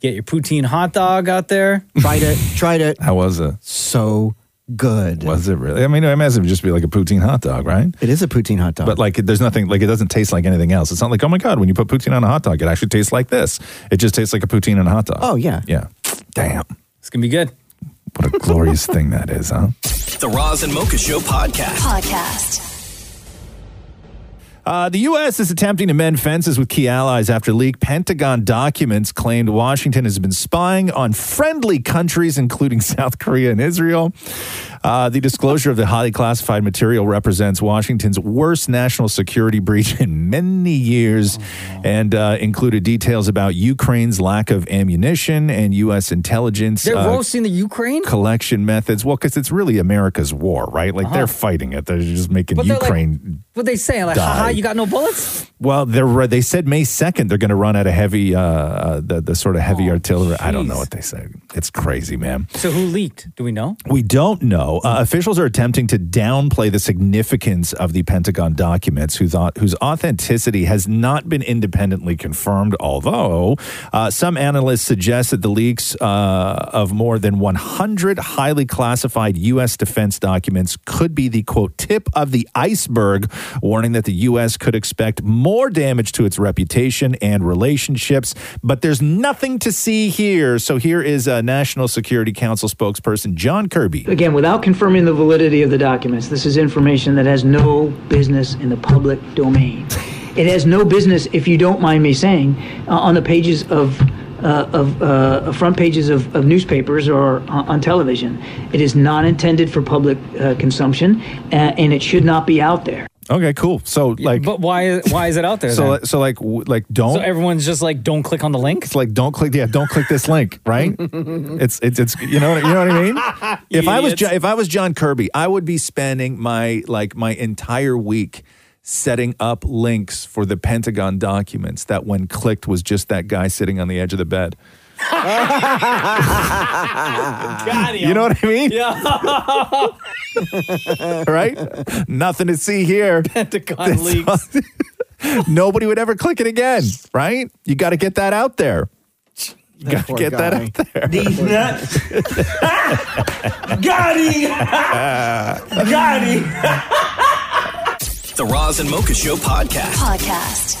S1: get your poutine hot dog out there.
S17: Tried it. Tried it.
S8: How was it?
S17: So good.
S8: Was it really? I mean, I imagine it would just be like a poutine hot dog, right?
S17: It is a poutine hot dog.
S8: But like, there's nothing, like, it doesn't taste like anything else. It's not like, oh my God, when you put poutine on a hot dog, it actually tastes like this. It just tastes like a poutine and a hot dog.
S17: Oh, yeah.
S8: Yeah. Damn.
S1: It's going to be good.
S8: What a glorious thing that is, huh?
S4: The Roz and Mocha Show podcast.
S5: Podcast.
S8: Uh, the U.S. is attempting to mend fences with key allies after leaked Pentagon documents claimed Washington has been spying on friendly countries, including South Korea and Israel. Uh, the disclosure of the highly classified material represents Washington's worst national security breach in many years and uh, included details about Ukraine's lack of ammunition and U.S. intelligence.
S13: They're
S8: uh,
S13: roasting the Ukraine?
S8: collection methods. Well, because it's really America's war, right? Like they're
S13: Uh-huh.
S8: fighting it. They're just making
S13: But they're like-
S8: Ukraine.
S13: What they saying? Like, haha,
S8: Die.
S13: you got no bullets?
S8: well, they're they said May second they're going to run out of heavy uh, uh the the sort of heavy artillery. I don't know what they said. It's crazy, man.
S1: So who leaked? Do we know?
S8: We don't know. Uh, officials are attempting to downplay the significance of the Pentagon documents, who thought, whose authenticity has not been independently confirmed. Although uh, some analysts suggest that the leaks uh, of more than 100 highly classified U.S. defense documents could be the quote tip of the iceberg, warning that the U.S. could expect more damage to its reputation and relationships. But there's nothing to see here. So here is uh, National Security Council spokesperson John Kirby.
S25: Again, without confirming the validity of the documents, this is information that has no business in the public domain. It has no business, if you don't mind me saying, uh, on the pages of uh, of uh, front pages of, of newspapers or on, on television. It is not intended for public uh, consumption, uh, and it should not be out there.
S8: Okay, cool. So like,
S1: but why why is it out there?
S8: So
S1: then?
S8: so like w- like don't.
S1: So everyone's just like, don't click on the link.
S8: It's like don't click. Yeah, don't click this link. Right? it's it's it's you know what- you know what I mean. if I was
S1: Idiots.
S8: Jo- if I was John Kirby, I would be spending my like my entire week setting up links for the Pentagon documents that when clicked was just that guy sitting on the edge of the bed. You know what I mean? right? Nothing to see here. Pentagon leaks. Nobody would ever click it again, right? You got to get that out there. You got to
S13: That poor
S8: get that
S13: guy.
S8: out there.
S13: These nuts.
S4: Got
S8: Uh,
S13: Got it.
S4: The Roz and Mocha Show podcast.
S5: Podcast.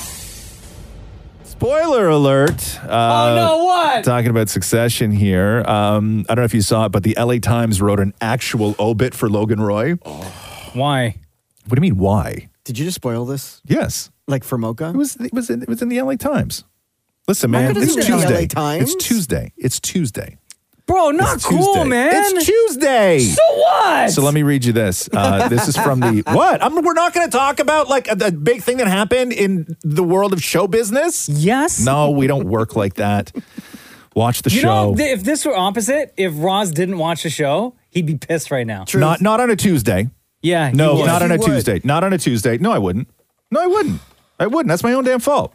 S8: Spoiler alert.
S1: Oh,
S8: Uh,
S5: no, what?
S8: Talking about succession here. Um, I don't know if you saw it, but the LA Times wrote an actual obit for Logan Roy.
S1: Oh. Why?
S8: What do you mean, why?
S13: Did you just spoil this?
S8: Yes.
S13: Like for Mocha? It
S8: was, it was, in, it was in the LA Times. Listen,
S13: How
S8: man,
S13: could it
S8: it's
S13: be in the
S8: Tuesday.
S13: LA Times?
S8: It's Tuesday. It's Tuesday.
S1: Bro, not
S8: It's
S1: cool,
S8: Tuesday.
S1: man.
S8: It's Tuesday.
S1: So what?
S8: So let me read you this. Uh, this is from the what? I'm, we're not going to talk about like a, the big thing that happened in the world of show business.
S1: Yes.
S8: No, we don't work like that. Watch the
S1: you
S8: show.
S1: know, th- if this were opposite, if Roz didn't watch the show, he'd be pissed right now.
S8: Not not on a Tuesday.
S1: Yeah. he
S8: No,
S1: would.
S8: not on a Tuesday. Not on a Tuesday. No, I wouldn't. No, I wouldn't. I wouldn't. That's my own damn fault.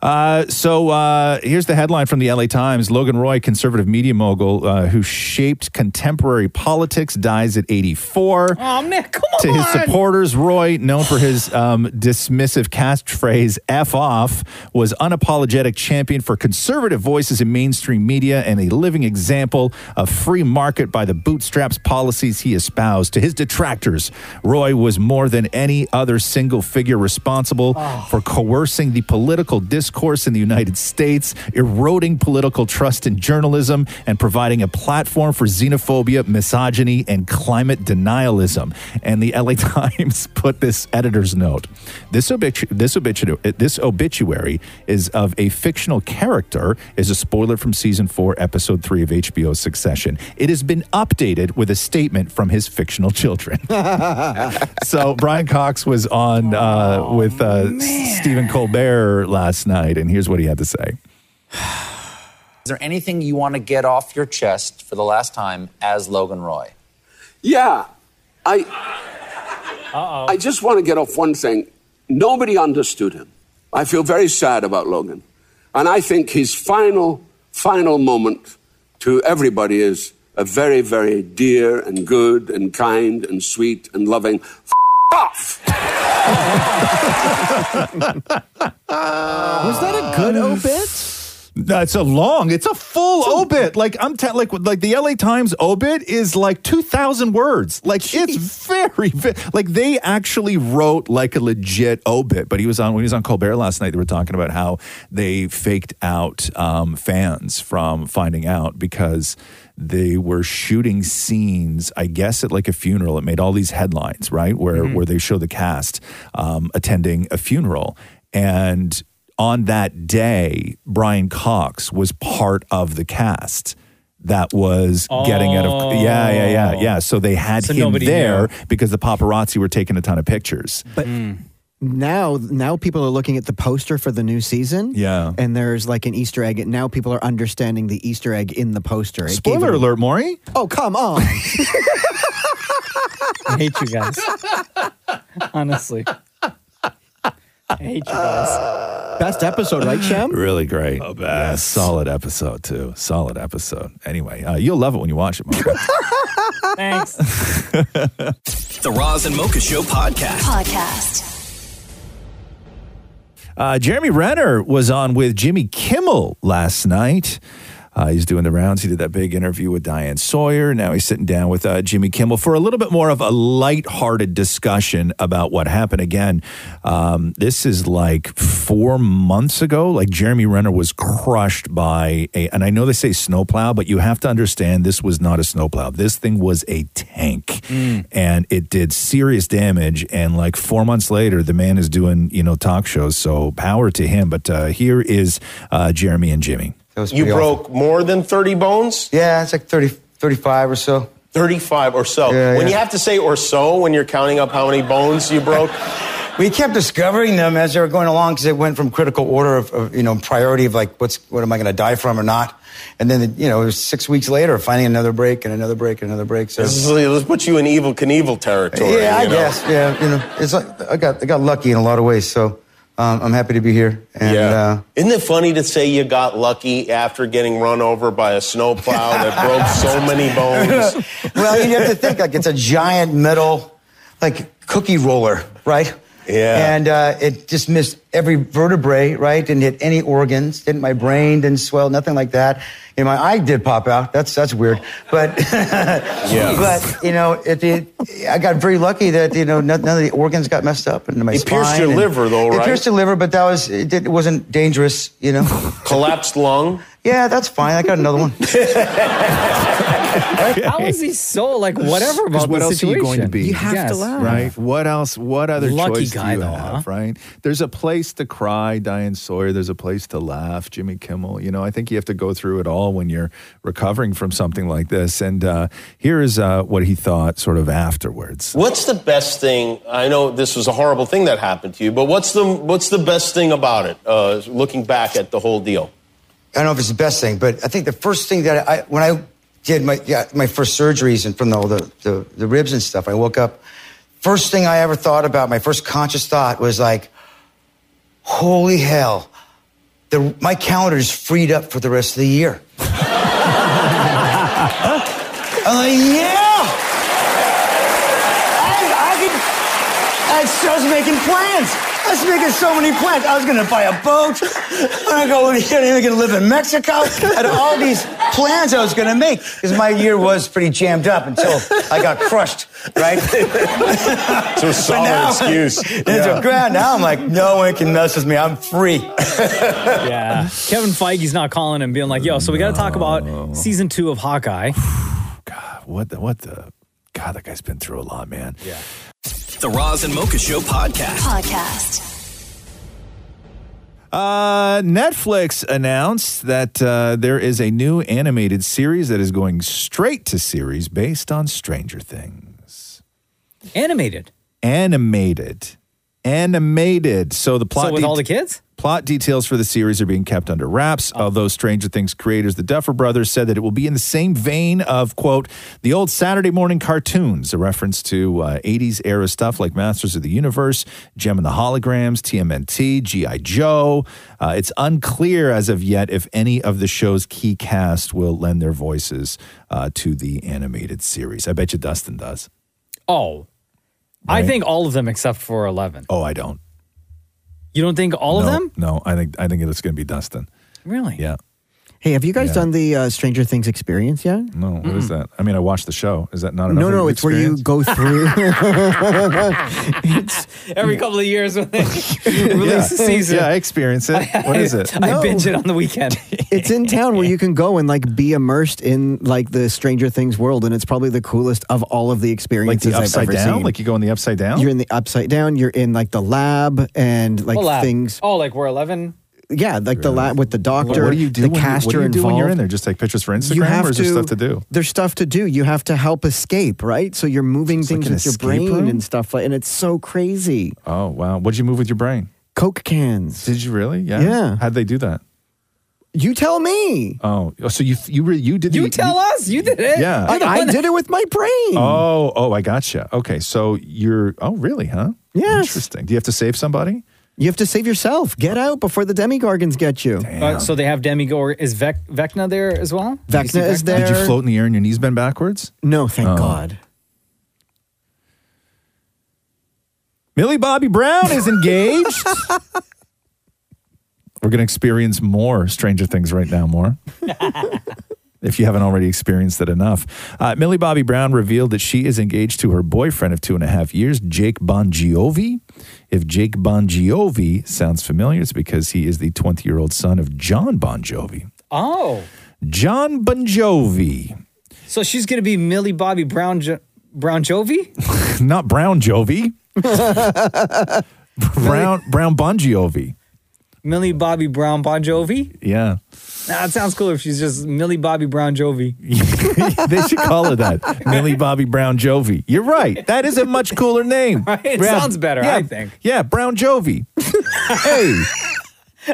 S8: Uh, so uh, here's the headline from the LA Times Logan Roy, conservative media mogul uh, who shaped contemporary politics, dies at 84.
S1: Oh man, come
S8: to his supporters, Roy, known for his um, dismissive catchphrase "F off," was unapologetic champion for conservative voices in mainstream media and a living example of free market by the bootstraps policies he espoused. To his detractors, Roy was more than any other single figure responsible for coercing the political discourse in the United States, eroding political trust in journalism, and providing a platform for xenophobia, misogyny, and climate denialism. And the LA Times put this editor's note. This, obitu- this, obituary, this obituary is of a fictional character, is a spoiler from season four, episode three of HBO's Succession. It has been updated with a statement from his fictional children so Brian Cox was on uh, with uh, S- Stephen Colbert last night, and here's what he had to say.
S20: Is there anything you want to get off your chest for the last time as Logan Roy?
S26: Yeah, I. I just want to get off one thing. Nobody understood him. I feel very sad about Logan, and I think his final, final moment to everybody is a very, very dear and good and kind and sweet and loving. F- off.
S13: was that a good obit?
S8: That's a long. It's a full obit. Like I'm te- like like the LA Times obit is like 2000 words. Like it's very vi- like they actually wrote like a legit obit. But he was on when he was on Colbert last night they were talking about how they faked out um, fans from finding out because they were shooting scenes, I guess, at like a funeral. It made all these headlines, right? Where where they show the cast um, attending a funeral, and on that day, Brian Cox was part of the cast that was getting out of yeah yeah yeah yeah. So they had
S13: Oh. So
S8: him
S13: nobody
S8: there because the paparazzi were taking a ton of pictures.
S13: But now, now people are looking at the poster for the new season.
S8: Yeah.
S13: and there's like an Easter egg. And now people are understanding the Easter egg in the poster. It gave
S8: Spoiler
S13: it-
S8: alert, Maury.
S13: Oh come on!
S1: I hate you guys. Honestly. I hate you guys.
S13: Best episode, right, Shem?
S8: Really great. Oh, yeah, solid episode too. Solid episode. Anyway, uh, you'll love it when you watch it. Mocha.
S1: Thanks.
S4: The Roz and Mocha Show podcast.
S5: Podcast.
S8: Uh, Jeremy Renner was on with Jimmy Kimmel last night. Uh, he's doing the rounds. He did that big interview with Diane Sawyer. Now he's sitting down with uh, Jimmy Kimmel for a little bit more of a lighthearted discussion about what happened. Again, um, this is like four months ago. Like Jeremy Renner was crushed by a, and I know they say snowplow, but you have to understand this was not a snowplow. This thing was a tank and it did serious damage. And like four months later, the man is doing, you know, talk shows. So power to him. But uh, here is uh, Jeremy and Jimmy.
S7: You broke more than 30 bones? Yeah, it's like 30, 35 or so. 35 or so.
S27: Yeah,
S7: when
S27: yeah.
S7: you have to say or so when you're counting up how many bones you broke.
S27: We kept discovering them as they were going along because it went from critical order of, of you know priority of like what's what am I going to die from or not, and then you know it was six weeks later finding another break and another break and another break. So
S7: This is, let's put you in evil Knievel territory.
S27: yeah, I
S7: you know?
S27: guess yeah you know it's like I got I got lucky in a lot of ways. So um, I'm happy to be here. And, uh, yeah.
S7: Isn't it funny to say you got lucky after getting run over by a snowplow that broke so many bones?
S27: well, you have to think like it's a giant metal, like cookie roller, right?
S7: Yeah.
S27: And uh, it just missed every vertebrae, right? Didn't hit any organs. Didn't my brain didn't swell, nothing like that. And my eye did pop out. That's that's weird. But but you know, it, it, I got very lucky that you know none, none of the organs got messed up and my
S7: It pierced
S27: spine
S7: your
S27: and-
S7: liver, though,
S27: It
S7: right?
S27: pierced the liver, but that was it, did- it wasn't dangerous, you know.
S7: Collapsed lung.
S27: Yeah, that's fine. I got another one.
S1: How is he so like whatever about
S8: what
S1: the
S8: else
S1: situation?
S8: are you going to be?
S1: Yes.
S8: right? What else? What other
S1: Lucky
S8: choice
S1: guy,
S8: do you
S1: though,
S8: have, right? There's a place to cry, Diane Sawyer. There's a place to laugh, Jimmy Kimmel. You know, I think you have to go through it all when you're recovering from something like this. And uh, here is uh, what he thought, sort of afterwards.
S7: What's the best thing? I know this was a horrible thing that happened to you, but what's the what's the best thing about it? Uh, looking back at the whole deal.
S27: I don't know if it's the best thing, but I think the first thing that I, when I did my, yeah, my first surgeries and from all the, the, the ribs and stuff, I woke up. First thing I ever thought about, my first conscious thought was like, holy hell, the, my calendar's freed up for the rest of the year. I'm
S7: Oh,
S27: like, yeah! I, I could, I was making plans. I was making so many plans. I was going to buy a boat. I'm going to go, I'm going to live in Mexico. I had all these plans I was going to make because my year was pretty jammed up until I got crushed, right? it's
S7: a solid excuse.
S27: It's
S7: Yeah.
S27: a grand. Now I'm like, no one can mess with me. I'm free.
S1: yeah. Kevin Feige's not calling him, being like, "Yo, so we got to talk about season two of Hawkeye."
S8: What the? What the? God, that guy's been through a lot, man.
S1: Yeah.
S4: The Roz and Mocha Show podcast.
S5: Podcast.
S8: Uh, Netflix announced that uh, there is a new animated series that is going straight to series based on Stranger Things.
S1: Animated.
S8: Animated. Animated. So the plot
S1: so with
S8: det-
S1: all the kids. Oh.
S8: Plot details for the series are being kept under wraps, although Stranger Things creators, the Duffer Brothers, said that it will be in the same vein of, quote, the old Saturday morning cartoons, a reference to uh, 80s era stuff like Masters of the Universe, Gem and the Holograms, TMNT, G.I. Joe. Uh, it's unclear as of yet if any of the show's key cast will lend their voices uh, to the animated series. I bet you Dustin does.
S1: Oh, I think all of them except for eleven.
S8: Oh, I don't.
S1: You don't think all of
S8: No,
S1: them?
S8: No, I think I think it's going to be Dustin.
S1: Really?
S8: Yeah.
S13: Hey, have you guys done the uh, Stranger Things experience yet?
S8: No, what is that? I mean, I watched the show. Is that not enough?
S13: No,
S8: of
S13: no,
S8: an
S13: it's where you
S8: experience?
S13: go through.
S1: Every couple of years when they release a
S8: Mm. yeah.
S1: season.
S8: Yeah, I experience it. What is it?
S1: I binge it on the weekend.
S13: it's in town where you can go and like be immersed in like the Stranger Things world, and it's probably the coolest of all of the
S8: Like
S13: experiences
S8: the upside
S13: I've ever
S8: down?
S13: seen.
S8: Like you go in the upside down?
S13: you're in the upside down. You're in like the lab and like
S1: Oh, lab.
S13: things.
S1: Oh, like we're 11?
S13: Yeah, like the lab with the doctor.
S8: what do you do,
S13: The
S8: when, you-
S13: caster
S8: what do you do
S13: involved.
S8: when you're in there? Just take pictures for Instagram
S13: you have
S8: or is
S13: to,
S8: there stuff to do?
S13: There's stuff to do. You have to help escape, right? So you're moving things
S8: an
S13: with your
S8: escape
S13: brain
S8: room?
S13: and stuff like and it's so crazy.
S8: Oh, wow. What'd you move with your brain?
S13: Coke cans.
S8: Did you really? Yeah.
S13: Yeah.
S8: How'd they do that?
S13: You tell me.
S8: Oh, so you you re- you did
S1: You
S8: the-
S1: tell us. You did it.
S8: Yeah.
S1: You're the
S8: I-
S1: one
S8: I
S13: Did it with my brain.
S8: Oh, oh, I gotcha. Okay, so you're. Oh, really? Huh?
S13: Yes.
S8: Interesting. Do you have to save somebody?
S13: You have to save yourself. Get out before the demigorgons get you.
S1: Uh, so they have Demigor. Is Vec- Vecna there as well? Did you see
S13: Vecna is there.
S8: Did you float in the air and your knees bend backwards?
S13: No, thank
S8: Oh.
S13: God.
S8: Millie Bobby Brown is engaged. We're gonna experience more Stranger Things right now. More. if you haven't already experienced it enough. Uh, Millie Bobby Brown revealed that she is engaged to her boyfriend of two and a half years, Jake Bongiovi. If Jake Bongiovi sounds familiar, it's because he is the 20 year old son of John Bonjovi.
S1: Oh.
S8: John Bonjovi,
S1: So she's going to be Millie Bobby Brown, jo- Brown Jovi?
S8: not Brown Jovi, Brown Brown Bongiovi.
S1: Millie Bobby Brown Bon Jovi?
S8: Yeah,
S1: Nah, it sounds cooler if she's just Millie Bobby Brown Jovi.
S8: they should call her that, Millie Bobby Brown Jovi. You're right. That is a much cooler name.
S1: Right? It
S8: Brown-
S1: sounds better,
S8: yeah,
S1: I think.
S8: Yeah, Brown Jovi. hey.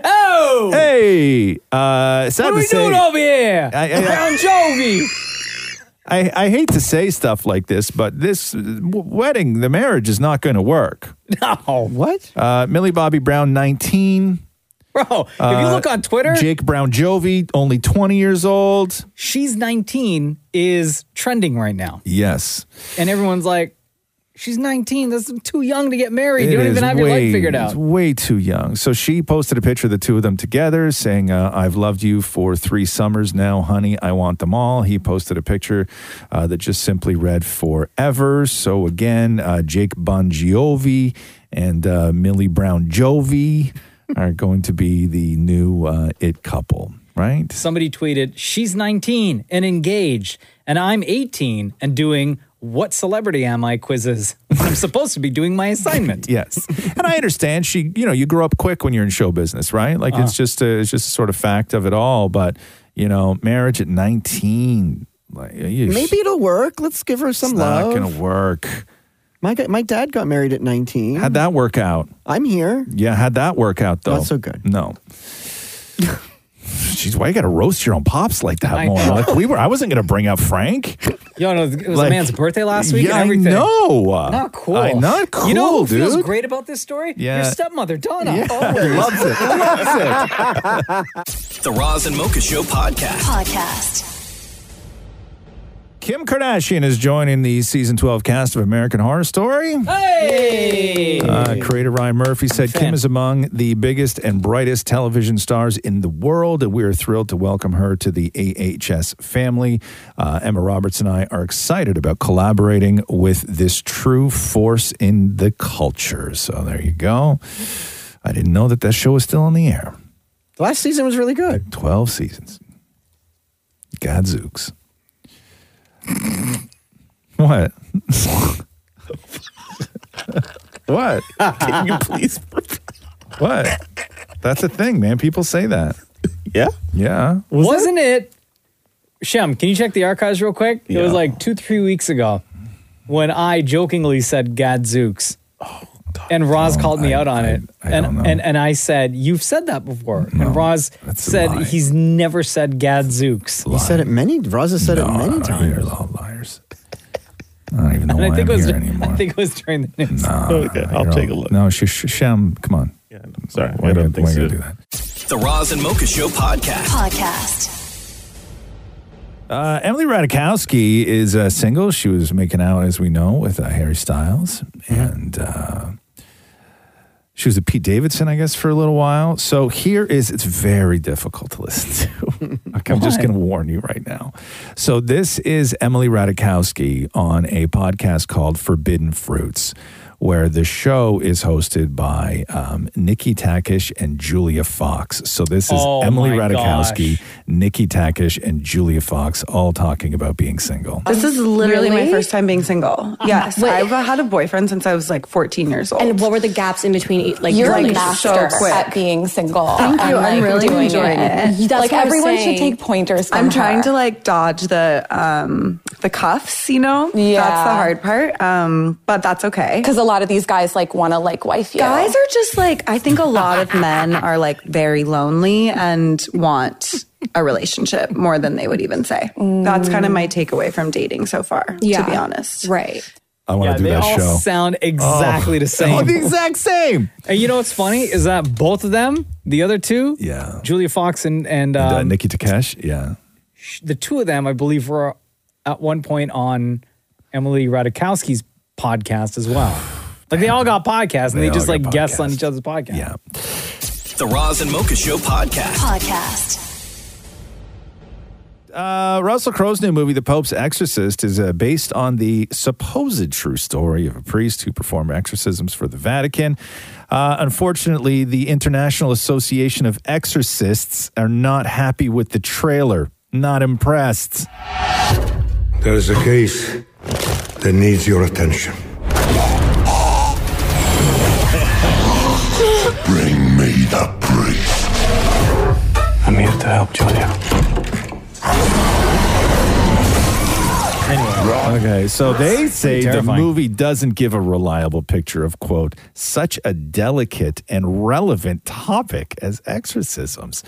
S1: Oh!
S8: Hey, uh, sad
S1: What are
S8: to
S1: we
S8: say,
S1: doing over here?
S8: I- I- I-
S1: Brown Jovi.
S8: I, I hate to say stuff like this, but this uh, w- wedding, the marriage is not going to work.
S1: No.
S13: What?
S8: Uh, Millie Bobby Brown, 19.
S1: Bro, if you
S8: Uh,
S1: look on Twitter,
S8: Jake Brown Jovi, only 20 years old.
S1: she's 19 is trending right now.
S8: Yes.
S1: And everyone's like, she's 19. That's too young to get married.
S8: It
S1: you don't
S8: is
S1: even have your
S8: way-
S1: life figured
S8: It's
S1: out.
S8: way too young. So she posted a picture of the two of them together, saying, uh, "I've loved you for three summers now, honey. I want them all." He posted a picture uh, that just simply read "Forever." So again, uh, Jake Bongiovi and uh, Millie Brown Jovi are going to be the new uh, it couple, right?
S1: Somebody tweeted, she's 19 and engaged, and I'm 18 and doing what celebrity am I quizzes. I'm supposed to be doing my assignment.
S8: Yes, and I understand she. You know, you grow up quick when you're in show business, right? Like it's
S1: Uh.
S8: just a, it's just a sort of fact of it all. But you know, marriage at 19, like you-
S13: Maybe it'll work. Let's give her some
S8: it's
S13: love.
S8: not going to work.
S13: My gu- my dad got married at 19.
S8: How'd that work out?
S13: I'm here.
S8: Yeah, how'd that work out though?
S13: Not so good.
S8: No. Jeez, why you got to roast your own pops like
S1: I
S8: that, Mona?
S1: know.
S8: Like we were, I wasn't going to bring up Frank.
S1: Yo, no, it was
S8: Like,
S1: a man's birthday last week
S8: yeah,
S1: and
S8: I
S1: everything.
S8: know.
S1: Not cool.
S8: I- not cool,
S1: You know who
S8: dude.
S1: feels great about this story?
S8: Yeah.
S1: Your stepmother, Donna. Oh.
S8: Yeah,
S1: always.
S8: loves it,
S4: loves The Roz and Mocha Show podcast.
S5: Podcast.
S8: Kim Kardashian is joining the season 12 cast of American Horror Story.
S1: Oh, Hey!
S8: Uh, creator Ryan Murphy said Kim is among the biggest and brightest television stars in the world, and we are thrilled to welcome her to the AHS family. Uh, Emma Roberts and I are excited about collaborating with this true force in the culture. So there you go. I didn't know that that show was still on the air.
S13: Last season was really good.
S8: 12 seasons. Gadzooks. what? what?
S19: Can you please?
S8: What? That's a thing, man. People say that.
S19: Yeah.
S8: Yeah.
S1: Was not it? Shem, can you check the archives real quick? It was like two, three weeks ago when I jokingly said Gadzooks.
S13: Oh,
S1: and Roz called me out on it. and, and and I said, You've said that before. and Roz said he's never said Gadzooks.
S13: He said it many. Roz has said it many times.
S8: You're all liars. I don't even know why
S1: and I think
S8: I'm
S1: it was
S8: here anymore.
S1: I think it was during the news.
S19: okay, I'll take a look.
S8: No, sh- sh- Shem, come on. Yeah,
S19: Sorry,
S8: Why
S19: I
S8: do-
S19: don't think
S8: why
S19: so.
S8: you do that?
S4: The Roz and Mocha Show podcast.
S5: Podcast.
S8: Uh, Emily Radikowski is uh, single. She
S11: Mm-hmm.
S8: was making out, as we know, with uh, Harry Styles, and uh, She was a Pete Davidson, I guess, for a little while. So here is it's very difficult to listen to. Okay, I'm just
S11: Why?
S8: going to warn you right now. So this is Emily Radikowski on a podcast called Forbidden Fruits, where the show is hosted by um, Nikki Takish and Julia Fox. So this is
S11: Oh,
S8: Emily
S11: my
S8: Radikowski, Nikki Takish, and Julia Fox all talking about being single.
S2: This is literally my
S6: Really? Uh-huh.
S2: first time being single. Yes,
S6: Wait.
S2: I've had a boyfriend since I was like 14 years old.
S6: And what were the gaps in between? Like
S2: You're
S6: you're
S2: like
S6: a master
S2: so quick.
S6: at being single.
S2: Thank
S6: and,
S2: you. I'm
S6: like,
S2: really
S6: doing
S2: enjoying it.
S6: That's what
S2: Like,
S6: I'm
S2: everyone should
S6: saying.
S2: take
S6: pointers. From
S2: I'm trying
S6: her.
S2: to like dodge the um the cuffs, you know. Yeah, that's the hard part. Um, but that's okay
S6: because a lot of these guys like want to like wife you.
S2: Guys are just like I think a lot of men are like very lonely and want a relationship more than they would even say. That's kind of my takeaway from dating so far.
S6: Yeah.
S2: to be honest,
S6: right?
S8: I want to
S1: Yeah,
S8: do
S1: they
S8: that
S1: all
S8: show.
S1: sound exactly
S8: Oh.
S1: the same.
S8: Oh, the exact same.
S1: And you know what's funny is that both of them, the other two,
S8: yeah,
S1: Julia Fox and and, um,
S8: And, uh, Nikki Takesh, yeah.
S1: the two of them, I believe, were at one point on Emily Radikowski's podcast as well. Like they all got podcasts
S4: They
S1: and they,
S4: all
S1: just
S4: got
S1: like guests on each other's podcast. Yeah.
S4: The Roz and Mocha Show podcast.
S6: Podcast.
S8: Uh, Russell Crowe's new movie, The Pope's Exorcist, is uh, based on the supposed true story of a priest who performed exorcisms for the Vatican. Uh, unfortunately, the International Association of Exorcists are not happy with the trailer. Not impressed.
S22: There is a case that needs your attention. Bring me the priest. I'm here to help Julia.
S8: Okay, so they say the
S11: terrifying.
S8: movie doesn't give a reliable picture of quote such a delicate and relevant topic as exorcisms.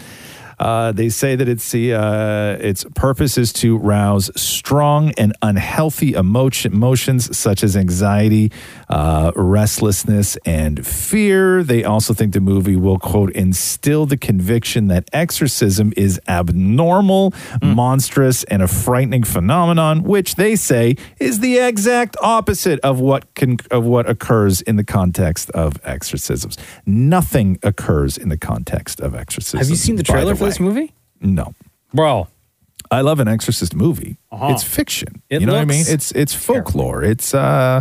S8: Uh, they say that it's the uh, its purpose is to rouse strong and unhealthy emotion, emotions such as anxiety, uh, restlessness, and fear. They also think the movie will quote instill the conviction that exorcism is abnormal,
S1: Hmm.
S8: monstrous, and a frightening phenomenon, which they say is the exact opposite of what can of what occurs in the context of exorcisms. Nothing occurs in the context of exorcisms.
S1: Have you seen the
S8: by
S1: trailer for this
S8: way.
S1: movie?
S8: No,
S1: bro.
S8: I love an exorcist movie.
S1: Uh-huh.
S8: It's fiction.
S1: It
S8: you know what I
S1: looks
S8: mean? It's it's folklore. It's uh,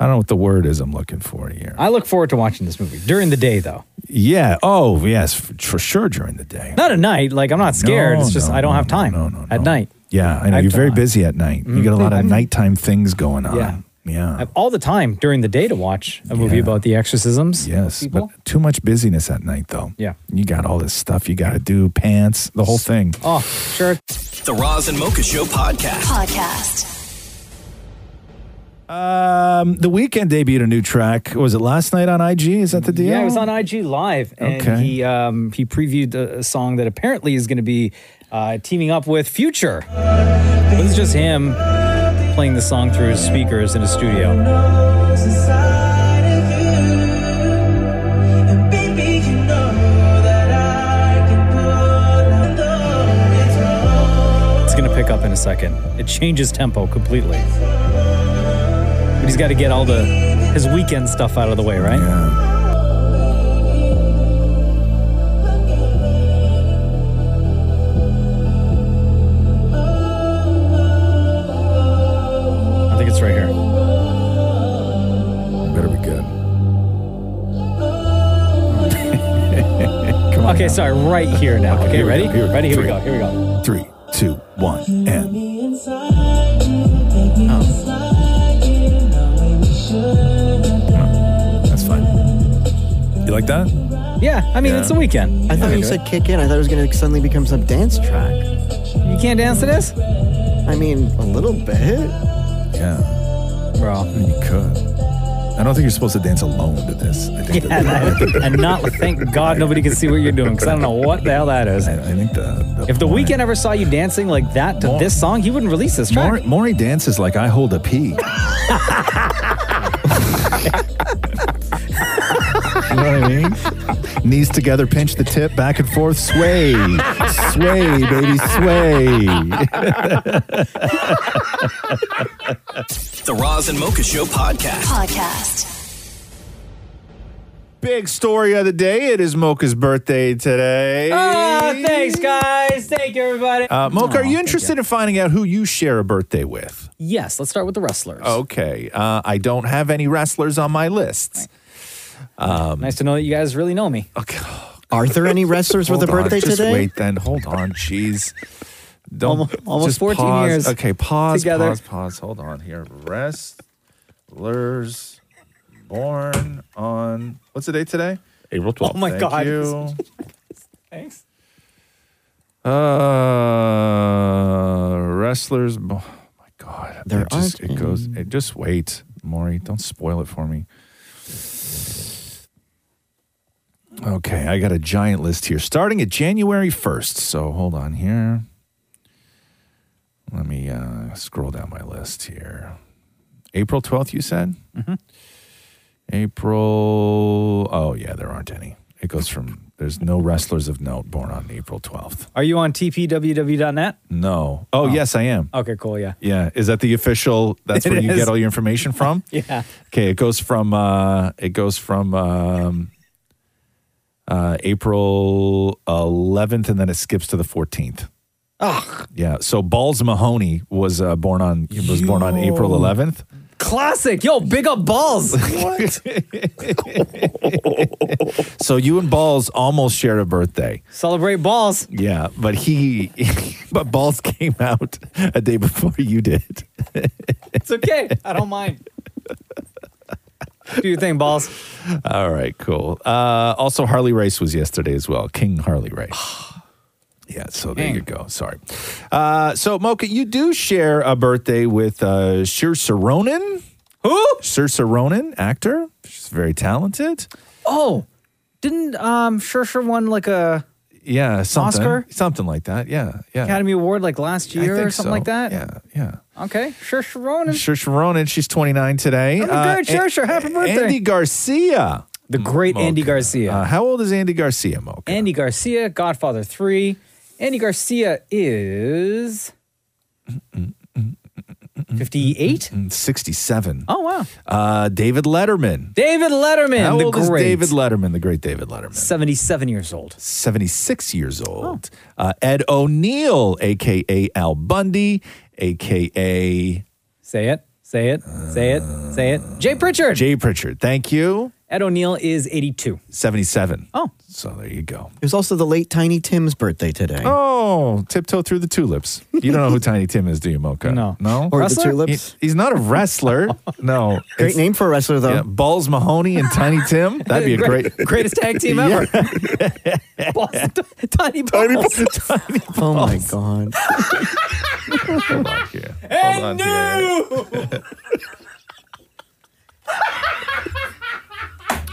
S8: I don't know what the word is. I'm looking for here.
S1: I look forward to watching this movie during the day though.
S8: Yeah. Oh, yes, f- for sure during the day.
S1: Not at night. Like I'm not scared.
S8: No,
S1: it's just
S8: no,
S1: I don't have time at night.
S8: Yeah, I know
S1: I've
S8: you're very
S1: done-
S8: busy at night. You
S1: Mm,
S8: get a lot of
S1: I'm-
S8: nighttime things going on.
S1: Yeah.
S8: Yeah.
S1: I have all the time during the day to watch a movie about the exorcisms.
S8: Yes, but too much busyness at night though.
S1: Yeah.
S8: You got all this stuff you got to do, pants, the whole thing.
S1: Oh, sure.
S4: The Roz and Mocha Show podcast.
S6: Podcast.
S8: Um, the weekend debuted a new track. Was it last night on IG? Is that the deal?
S1: Yeah, it was on IG Live, and
S8: Okay.
S1: he um, he previewed a, a song that apparently is going to be uh, teaming up with Future. But it's just him playing the song through his speakers in his studio. It's going to pick up in a second. It changes tempo completely. But he's got to get all the his weekend stuff out of the way, right? I think it's right here.
S8: Better be good. Come on.
S1: Okay, sorry, right here now. Okay,
S8: here we
S1: ready?
S8: go, here we go.
S1: ready? Here we
S8: Three.
S1: go. Here we go.
S8: Three, two, one, and Oh. that's fine. You like that?
S1: Yeah, I mean
S13: Yeah.
S1: it's the weekend.
S13: I thought you said kick in. I thought it was going to suddenly become some dance track.
S1: You can't dance to this?
S13: I mean, a little bit.
S8: Yeah.
S1: Bro.
S8: You could. I don't think you're supposed to dance alone to this. I think
S1: Yeah, and, I- and not thank God nobody can see what you're doing because I don't know what the hell that is.
S8: I, think the,
S1: if the weekend ever saw you dancing like that to this song, he Oh, wouldn't release this track.
S8: Maury, Maury dances like I hold a pee. you know what I mean? Knees together, pinch the tip, back and forth, sway, sway, baby, sway.
S4: The Roz and Mocha Show podcast.
S6: Podcast.
S8: Big story of the day. It is Mocha's birthday today.
S1: Ah, thanks, guys. Thank you, everybody.
S8: Uh, Mocha, are you interested in finding out who you share a birthday with?
S28: Yes, let's start with the wrestlers.
S8: Okay. Uh, I don't have any wrestlers on my list. Um,
S1: nice to know that you guys really know me.
S8: Okay.
S13: Are there any wrestlers with a
S8: Hold on,
S13: birthday
S8: just
S13: today?
S8: Wait, then hold on, jeez. Don't almost,
S13: almost 14 years
S8: Okay, pause,
S13: together.
S8: pause, pause. Hold on here. Wrestlers born on what's the date today? April 12th.
S1: Oh my
S8: Thank
S1: God.
S8: You.
S1: Thanks.
S8: Uh, wrestlers. bo- Oh my God. There it just, it goes. It, just wait, Maury. Don't spoil it for me. Okay, I got a giant list here starting at January 1st. So hold on here. Let me uh, scroll down my list here. April 12th, you said?
S1: Mhm.
S8: April. Oh, yeah, there aren't any. It goes from there's no wrestlers of note born on April 12th.
S1: Are you on tpww.net?
S8: No. Oh, yes, I am.
S1: Okay, cool. Yeah.
S8: Yeah. Is that the official? That's
S1: It
S8: where you
S1: is.
S8: get all your information from?
S1: Yeah.
S8: Okay. It goes from, uh, it goes from, um, uh, April 11th and then it skips to the 14th.
S1: Oh,
S8: Yeah. So Balls Mahoney was uh, born on, was born on April 11th.
S1: classic. Yo, big up balls.
S8: So you and Balls almost shared a birthday.
S1: Celebrate balls.
S8: Yeah, but he, but Balls came out a day before you did.
S1: It's okay. I don't mind. Do your thing, balls.
S8: All right, cool. Uh, also, Harley Race was yesterday as well. King Harley Race. yeah, so there you go. Sorry. Uh, so, Mocha, you do share a birthday with uh, Saoirse Ronan.
S1: Who?
S8: Saoirse Ronan, actor. She's very talented.
S1: Oh, didn't um Shersher won like a
S8: Yeah, something,
S1: Oscar?
S8: something like that. Yeah, yeah.
S1: Academy Award like last
S8: I
S1: year or
S8: think
S1: something
S8: so.
S1: like that?
S8: Yeah, yeah.
S1: Okay, Shersher Ronan.
S8: Saoirse Ronan, she's 29 today.
S1: I'm
S8: Uh,
S1: great,
S8: and-
S1: Shersher. Happy birthday.
S8: Andy Garcia. The
S1: great Andy Garcia.
S8: how old is Andy Garcia, Mo?
S1: Andy Garcia, Godfather 3. Andy Garcia is 58?
S8: 67.
S1: Oh, wow.
S8: Mm-hmm. Uh, David Letterman.
S1: David Letterman,
S8: How
S1: the
S8: old
S1: great.
S8: is David Letterman, the great David Letterman?
S1: 77 years old.
S8: 76 years old. Uh, Ed O'Neill, a.k.a. Al Bundy, a.k.a.
S1: Say it, say it, say it, say it. Jay Pritchard.
S8: Uh, Jay Pritchard. Thank you.
S1: Ed O'Neill is 82.
S8: 77.
S1: Oh.
S8: So there you go.
S13: It was also the late Tiny Tim's birthday today.
S8: Oh, tiptoe through the tulips. You don't know who Tiny Tim is, do you, Mocha? No. No?
S13: Or the Wrestler? tulips?
S8: He- he's not a wrestler. No.
S13: Great name for a wrestler, though.
S8: Yeah, Balls Mahoney and Tiny Tim. That'd be a great,
S1: greatest tag team
S8: Yeah.
S1: ever. Balls- tiny balls. Tiny
S13: Oh my god.
S1: And
S8: on
S1: no!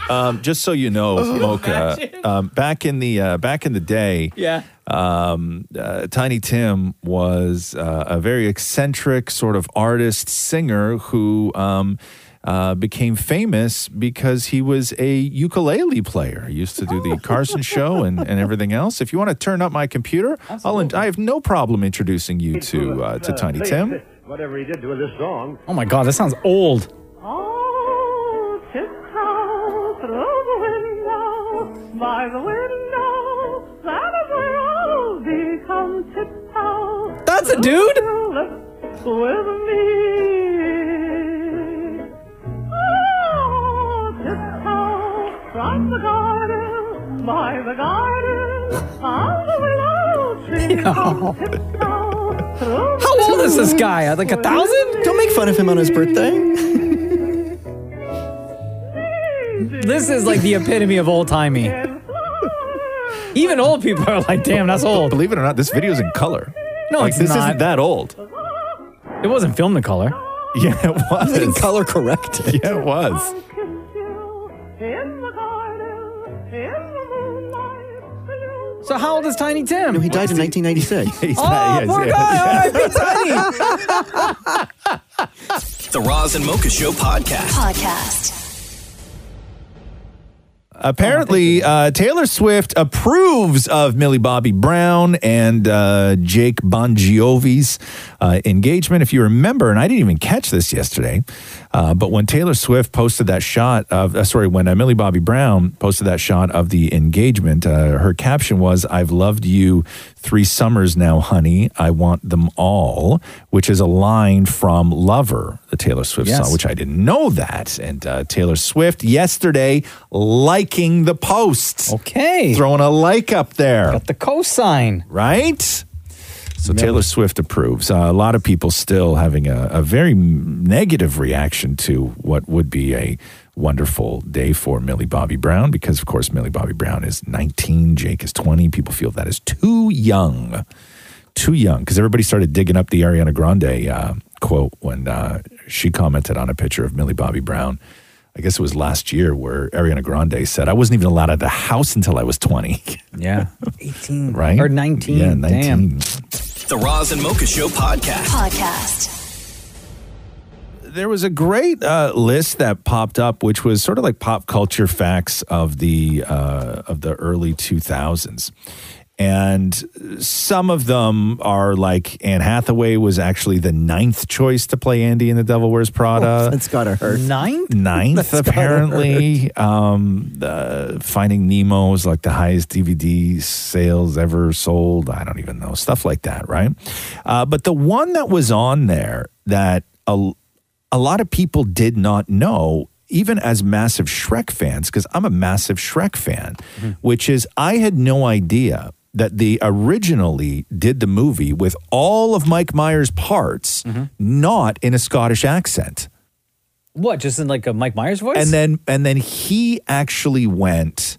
S8: Um, just so you know,
S1: Oh,
S8: Mocha,
S1: imagine.
S8: um, back in the uh, back in the day,
S1: Yeah.
S8: um, uh, Tiny Tim was uh, a very eccentric sort of artist singer who um, uh, became famous because he was a ukulele player. He used to do
S1: Oh.
S8: the Carson show and, and everything else. If you want to turn up my computer, I'll in- I have no problem introducing you to uh, to Tiny Tim.
S11: Whatever he did to this song.
S1: Oh my God, that sounds old.
S11: Oh, sit down through the window, by the window, that is where I'll be. Come sit down.
S1: That's a dude?
S11: With me. Oh, sit down from the garden, by the garden, on the willow tree. Come sit down through the
S1: How old is this guy? Like a thousand?
S13: Don't make fun of him on his birthday.
S1: This is like the epitome of old timey. Even old people are like, damn, that's old.
S8: Believe it or not, this video's in color.
S1: No,
S8: Like,
S1: it's
S8: this
S1: not.
S8: isn't that old.
S1: It wasn't filmed in color.
S8: Yeah, it was.
S1: in color corrected.
S8: Yeah, it was.
S11: In the garden, in the
S1: So how old is Tiny Tim? No,
S13: he died in 1996.
S1: Oh, poor guy. R.I.P. Tiny.
S4: The Roz and Mocha Show podcast.
S6: Podcast.
S8: Apparently, uh, Taylor Swift approves of Millie Bobby Brown and uh, Jake Bongiovi's uh, engagement. If you remember, and I didn't even catch this yesterday, uh, but when Taylor Swift posted that shot of, uh, sorry, when uh, Millie Bobby Brown posted that shot of the engagement, uh, her caption was, I've loved you three summers now, honey. I want them all, which is a line from Lover, the Taylor Swift
S28: Yes.
S8: song, which I didn't know that. And uh, Taylor Swift yesterday liking the post. Okay. Throwing a like up there. Got
S1: the cosign.
S8: Right? So Taylor Swift approves. Uh, a lot of people still having a, a very m- negative reaction to what would be a wonderful day for Millie Bobby Brown because, of course, Millie Bobby Brown is 19, Jake is 20. People feel that is too young, too young because everybody started digging up the Ariana Grande uh, quote when uh, she commented on a picture of Millie Bobby Brown. I guess it was last year where Ariana Grande said, I wasn't even allowed out of the house until I was 20.
S1: Yeah.
S8: 18. Right?
S1: Or 19.
S8: Yeah, 19.
S4: The Roz and Mocha Show podcast.
S6: Podcast.
S8: there was a great uh, list that popped up, which was sort of like pop culture facts of the uh, of the early two thousands, and some of them are like Anne Hathaway was actually the ninth choice to play Andy in The Devil Wears Prada.
S13: It's gotta hurt.
S1: Ninth,
S8: ninth
S13: That's gotta
S8: apparently. Um, the Finding Nemo is like the highest DVD sales ever sold. I don't even know stuff like that, right? Uh, but the one that was on there that a, a lot of people did not know, even as massive Shrek fans, because I'm a massive Shrek fan, which is I had no idea that they originally did the movie with all of Mike Myers' parts not in a Scottish accent.
S1: What? Just in like a Mike Myers voice?
S8: And then and then he actually went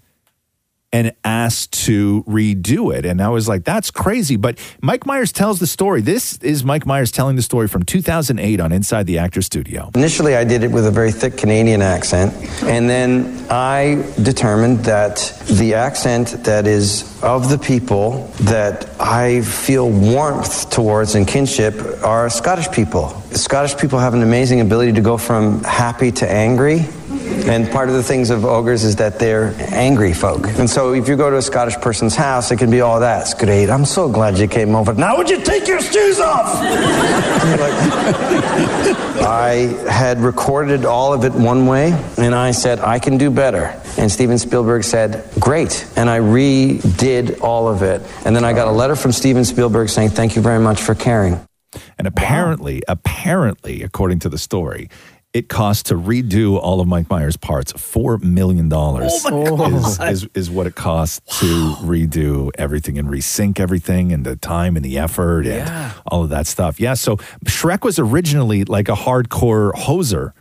S8: and asked to redo it. And I was like, that's crazy. But Mike Myers tells the story. This is Mike Myers telling the story from 2008 on Inside the Actor Studio.
S3: Initially, I did it with a very thick Canadian accent, and then I determined that the accent that is of the people that I feel warmth towards and kinship are Scottish people. Scottish people have an amazing ability to go from happy to angry. And part of the things of ogres is that they're angry folk. And so if you go to a Scottish person's house, it can be all that's great. I'm so glad you came over. Now would you take your shoes off? And you're like- I had recorded all of it one way, and I said, I can do better. And Steven Spielberg said, Great. And I redid all of it. And then I got a letter from Steven Spielberg saying, Thank you very much for caring.
S8: And apparently, apparently, according to the story, it cost to redo all of Mike Myers' parts four million dollars. is,
S11: God.
S8: is is what it costs to redo everything and resync everything and the time and the effort and all of that stuff. Yeah. So Shrek was originally like a hardcore hoser.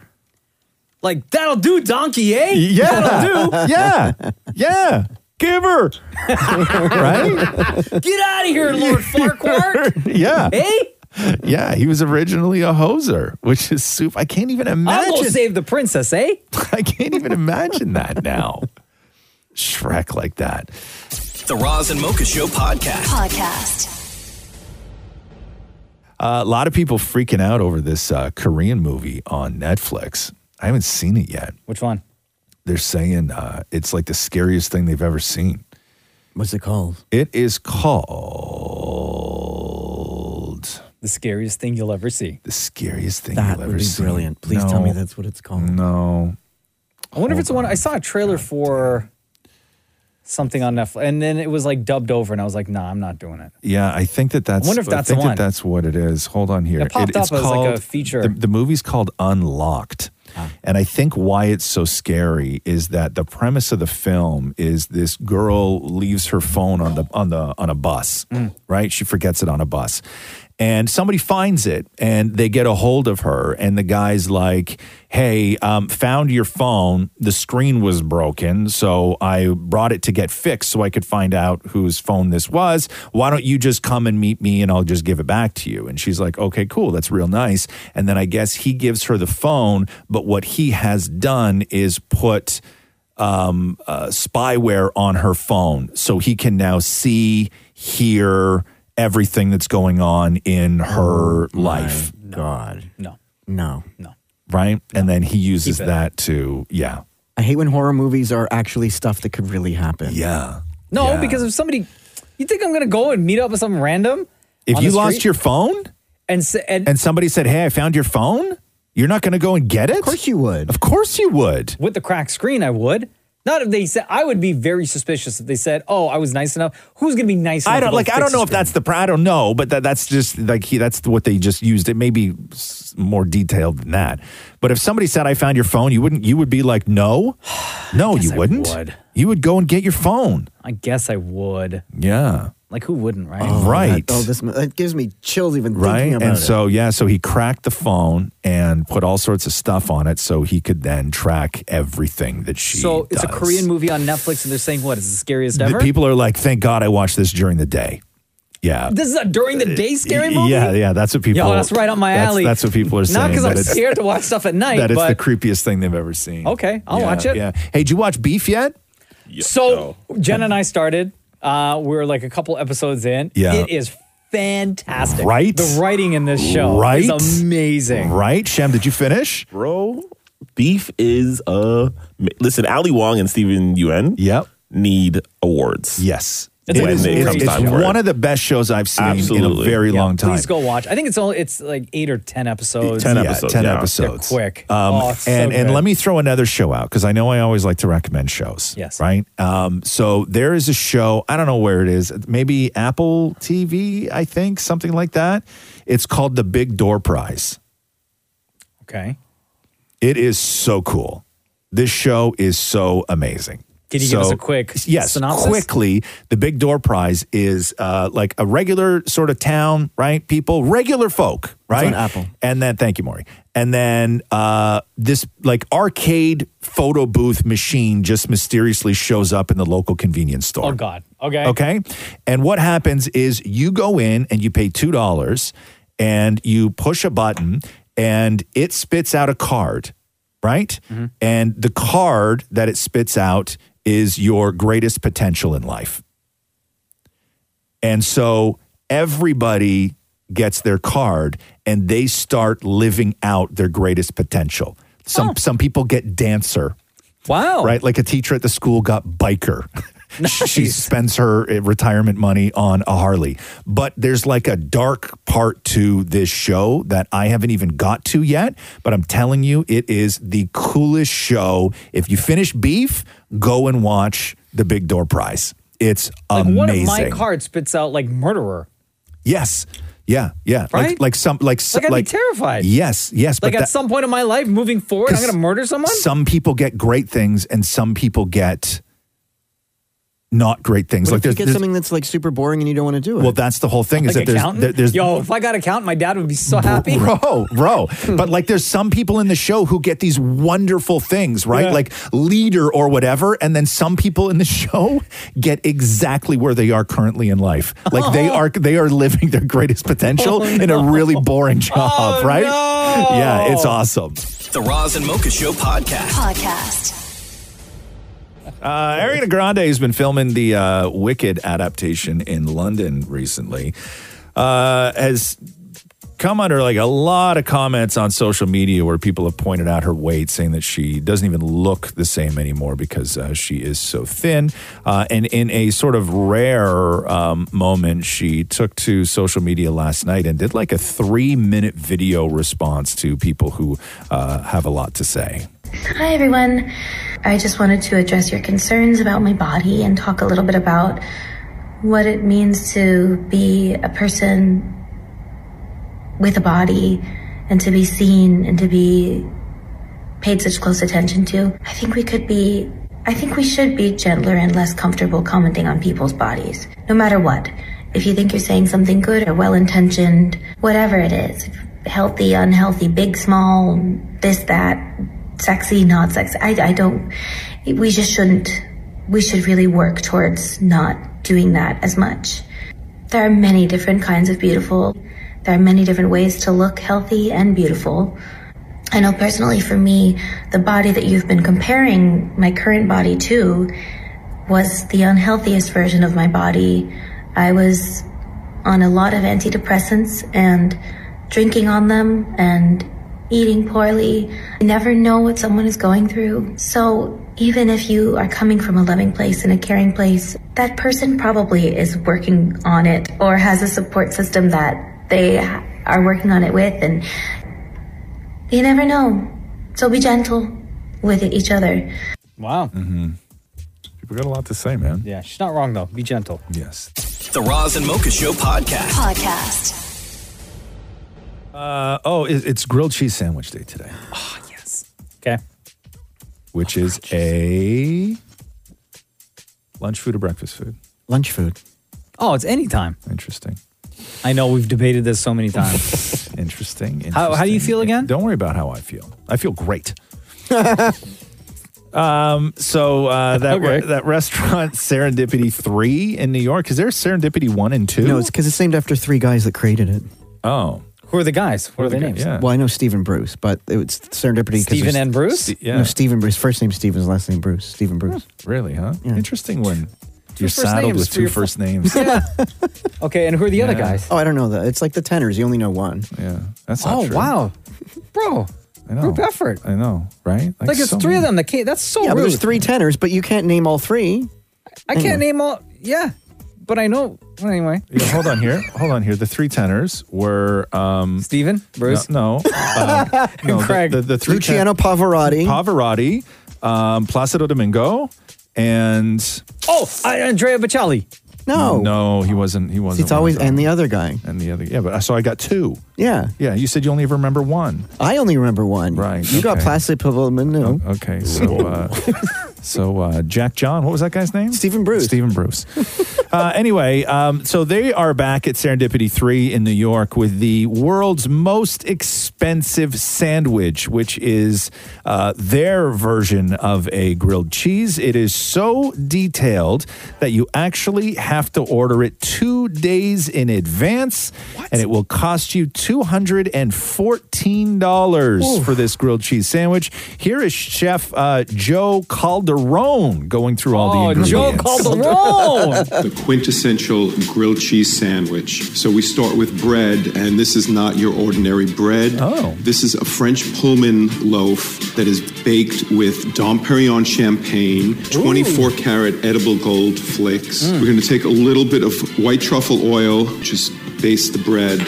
S1: Like, that'll do, donkey, eh?
S8: Yeah.
S1: That'll do.
S8: Yeah. Yeah. Give her.
S1: right? Get out of here, Lord Farquhar.
S8: Yeah.
S1: Eh?
S8: Yeah, he was originally a hoser, which is super. I can't even
S1: I'll go
S8: imagine.
S1: save the princess, eh?
S8: I can't even imagine that now. Shrek like that.
S4: The Roz and Mocha Show podcast.
S6: Podcast.
S8: Uh, a lot of people freaking out over this uh, Korean movie on Netflix. I haven't seen it yet.
S1: Which one?
S8: They're saying uh, it's like the scariest thing they've ever seen.
S13: What's it called?
S8: It is called
S1: The scariest thing you'll ever see.
S8: The scariest thing
S1: That
S8: you'll
S1: would
S8: ever
S1: be
S8: see.
S1: brilliant. Please tell me
S13: that's what it's
S8: called. No.
S1: I wonder if it's the one I saw a trailer for something on Netflix, and then it was like dubbed over, and I was like, "Nah, I'm not doing it."
S8: Yeah, I think that that's.
S1: wonder if that's the
S8: think that
S1: one.
S8: that's what it is. Hold on here.
S1: It popped
S8: it's
S1: up as, like, a
S8: called-
S1: feature. Ah.
S8: The, the movie's called Unlocked, and I think why it's so scary is that the premise of the film is this girl leaves her phone on the on the on a bus,
S1: Mm.
S8: right? She forgets it on a bus, and somebody finds it, and they get a hold of her, and the guy's like, "Hey, um, found your phone. The screen was broken, so I brought it to get fixed so I could find out whose phone this was. Why don't you just come and meet me and I'll just give it back to you? And she's like, okay, cool. That's real nice. And then I guess he gives her the phone, but what he has done is put um, uh, spyware on her phone so he can now see, hear everything that's going on in her life.
S13: God.
S1: No.
S13: No.
S1: Oh No.
S8: Right? And then he uses
S1: Keep it.
S8: that to, yeah.
S13: I hate when horror movies are actually stuff that could really happen.
S8: Yeah.
S1: No, because if somebody, you think I'm going to go and meet up with some random?
S8: If
S1: on
S8: you
S1: the
S8: lost
S1: street?
S8: your phone
S1: and, s- and
S8: and somebody said, "Hey, I found your phone," you're not going to go and get it. Of course
S13: you would.
S8: Of course you would.
S1: with the cracked screen, I would. Not if they said I would be very suspicious if they said, "Oh, I was nice enough." Who's going to be nice? Enough
S8: I
S1: to
S8: don't
S1: go
S8: like. I
S1: fix
S8: don't
S1: the
S8: know if
S1: screen?
S8: that's the. pr- I don't know, but that, that's just like he, that's what they just used. It may be s- more detailed than that. But if somebody said, "I found your phone," you wouldn't. You would be like, "No, no, you wouldn't."
S1: would.
S8: You would go and get your phone.
S1: I guess I would.
S8: Yeah.
S1: Like who wouldn't, right?
S8: right.
S13: That, oh, this that gives me chills even
S8: right.
S13: thinking about
S8: And
S13: it.
S8: so yeah, so he cracked the phone and put all sorts of stuff on it, so he could then track everything that she.
S1: so it's a
S8: does.
S1: Korean movie on Netflix, and they're saying what is the scariest
S8: The
S1: ever?
S8: people are like, "Thank God I watched this during the day." Yeah.
S1: This is a during the day scary movie.
S8: Yeah, yeah, that's what people.
S1: Yo, that's right up my
S8: that's-
S1: alley.
S8: That's, what people are saying.
S1: Not because
S8: that
S1: I'm
S8: it's-
S1: scared to watch stuff at night,
S8: That is the
S1: but
S8: creepiest thing they've ever seen.
S1: okay, I'll
S8: Yeah,
S1: watch it.
S8: Yeah. Hey, did you watch Beef yet?
S1: So Jen and I started. Uh, we were like a couple episodes in.
S8: Yeah.
S1: It is fantastic.
S8: Right?
S1: The writing in this show
S8: Right?
S1: is amazing.
S8: Right, Shem? Did you finish,
S19: bro? Beef is a listen. Ali Wong and Steven Yuen.
S8: Yep.
S19: Need awards.
S8: Yes.
S1: It's
S19: when
S1: a
S19: they
S1: great
S19: come
S8: It's
S19: time for
S8: one
S19: it.
S8: of the best shows I've seen in a
S19: Absolutely.
S8: very
S19: Yeah.
S8: long time.
S1: Please go watch. I think it's only it's like eight or ten episodes.
S8: Yeah, ten episodes.
S1: They're quick.
S8: Um,
S1: oh, it's so
S8: and and
S1: good.
S8: let me throw another show out because I know I always like to recommend shows.
S1: Yes.
S8: Right. Um, so there is a show. I don't know where it is. Maybe Apple TV. I think something like that. It's called the Big Door Prize.
S1: Okay.
S8: It is so cool. This show is so amazing.
S1: Can you give us a quick
S8: yes,
S1: synopsis?
S8: quickly? The Big Door Prize is uh, like a regular sort of town, right? People, regular folk, right?
S13: on Apple.
S8: And then, thank you, Maury. And then uh, this like arcade photo booth machine just mysteriously shows up in the local convenience store.
S1: Oh God. Okay.
S8: Okay. And what happens is you go in and you pay $2 and you push a button and it spits out a card, right?
S1: Mm-hmm.
S8: And the card that it spits out is your greatest potential in life. And so everybody gets their card and they start living out their greatest potential. Some some people get dancer.
S1: Wow.
S8: Right? Like a teacher at the school got biker. she spends her uh, retirement money on a Harley. But there's like a dark part to this show that I haven't even got to yet, but I'm telling you it is the coolest show. If you finish Beef, go and watch The Big Door Prize. It's amazing.
S1: One of my cards spits out like murderer.
S8: Yes. Yeah. Yeah.
S1: Right?
S8: Like like some like some,
S1: Like I'd be terrified.
S8: Yes. Yes.
S1: Like
S8: but
S1: at
S8: that-
S1: some point in my life, moving forward, I'm
S8: 'cause
S1: going to murder someone.
S8: Some people get great things, and some people get not great things. like
S13: What if you
S8: there's,
S13: get
S8: there's-
S13: something that's like super boring and you don't want to do it.
S8: well, that's the whole thing is that
S1: Like
S8: there's
S1: accountant?
S8: there- there's
S1: Yo, if I got accountant, my dad would be so happy. Hmm.
S8: Bro, bro. but like there's some people in the show who get these wonderful things, right?
S1: Yeah.
S8: Like leader or whatever. And then some people in the show get exactly where they are currently in life. Like they are they are living their greatest
S1: Oh,
S8: potential in a really boring job, right? Yeah, it's awesome.
S4: The Roz and Mocha Show podcast.
S6: Podcast.
S8: Uh, Ariana Grande has been filming the uh, Wicked adaptation in London recently. Uh, has come under like a lot of comments on social media where people have pointed out her weight, saying that she doesn't even look the same anymore because uh, she is so thin. Uh, and in a sort of rare um, moment, she took to social media last night and did like a three minute video response to people who uh, have a lot to say.
S28: Hi, everyone. I just wanted to address your concerns about my body and talk a little bit about what it means to be a person with a body and to be seen and to be paid such close attention to. I think we could be, I think we should be gentler and less comfortable commenting on people's bodies, no matter what. If you think you're saying something good or well intentioned, whatever it is healthy, unhealthy, big, small, this, that, sexy, not sexy. I, I don't, we just shouldn't, we should really work towards not doing that as much. There are many different kinds of beautiful. There are many different ways to look healthy and beautiful. I know personally for me, the body that you've been comparing my current body to was the unhealthiest version of my body. I was on a lot of antidepressants and drinking on them and eating poorly. You never know what someone is going through. So Even if you are coming from a loving place and a caring place, that person probably is working on it or has a support system that they are working on it with. And you never know. So be gentle with each other.
S1: Wow.
S8: Mm-hmm. People got a lot to say, man.
S1: Yeah, she's not wrong though. Be gentle.
S8: Yes.
S4: The Roz and Mocha Show podcast.
S29: Podcast.
S8: Uh, oh, it, it's grilled cheese sandwich day today. Oh,
S1: yes. Okay.
S8: Which is a lunch food or breakfast food?
S13: Lunch food.
S1: Oh, it's anytime.
S8: Interesting.
S1: I know we've debated this so many times.
S8: interesting,
S1: How, how do you feel again?
S8: Don't worry about how I feel. I feel great. um, so uh, that
S1: Okay.
S8: that restaurant Serendipity Three in New York is there Serendipity One and Two?
S13: No, it's because it's named after three guys that created it.
S8: oh.
S1: Who are the guys? What are their
S13: the
S1: names?
S13: Well, I know Stephen Bruce, but it's serendipity. 'cause
S1: Stephen
S13: there's-
S1: and Bruce? Ste- yeah.
S13: No, Stephen Bruce. First name Stephen, last name Bruce. Stephen Bruce.
S8: Really, huh? Interesting when you're
S13: first
S8: saddled
S13: names
S8: with
S13: for
S8: two
S13: your
S8: first names.
S1: okay, and who are the other guys?
S13: Oh, I don't know that. It's like the tenors. You only know one.
S8: Yeah, that's
S1: not Oh, true. wow. Bro,
S8: I know.
S1: group effort.
S8: I know, right?
S1: Like, it's three of them that can't. That's so
S13: yeah, but
S1: rude.
S13: there's three tenors, but you can't name all three.
S1: I
S8: Mm.
S1: can't name all. Yeah, but I know. well, Anyway,
S8: Yeah, hold on here. Hold on here. The three tenors were um
S1: Steven, Bruce?
S8: No. no, um, no, the-
S1: Craig.
S8: The, the three
S1: Luciano
S8: Pavarotti. Pavarotti, um, Placido Domingo, and
S1: Oh, I- Andrea Bocelli.
S13: No.
S8: No, he wasn't he wasn't.
S13: It's always
S8: one of
S13: and the other guy.
S8: them. and the other yeah, but uh, so I got two.
S13: Yeah.
S8: Yeah, you said you only ever remember one.
S13: I only remember one. Right. You got
S8: okay.
S13: Placid Pavlino.
S8: Oh, Okay, so uh, so uh, Jack John, what was that guy's name? Stephen Bruce. Stephen Bruce. uh, anyway, um, so they are back at Serendipity Three in New York with the world's most expensive sandwich, which is uh, their version of a grilled cheese. It is so detailed that you actually have to order it two days in advance, and it will cost you two hundred and fourteen dollars
S20: Oof.
S8: for this grilled cheese sandwich. Here is Chef uh, Joe Calderone going through all the
S20: Oh,
S8: ingredients.
S20: Joe
S1: Calderone!
S20: the quintessential grilled cheese sandwich. So we start with bread, and this is not your ordinary bread. Oh. This is a French Pullman loaf that is baked with Dom Perignon champagne, 24 carat edible gold flakes. We're going to take a little bit of white truffle oil, just baste the bread.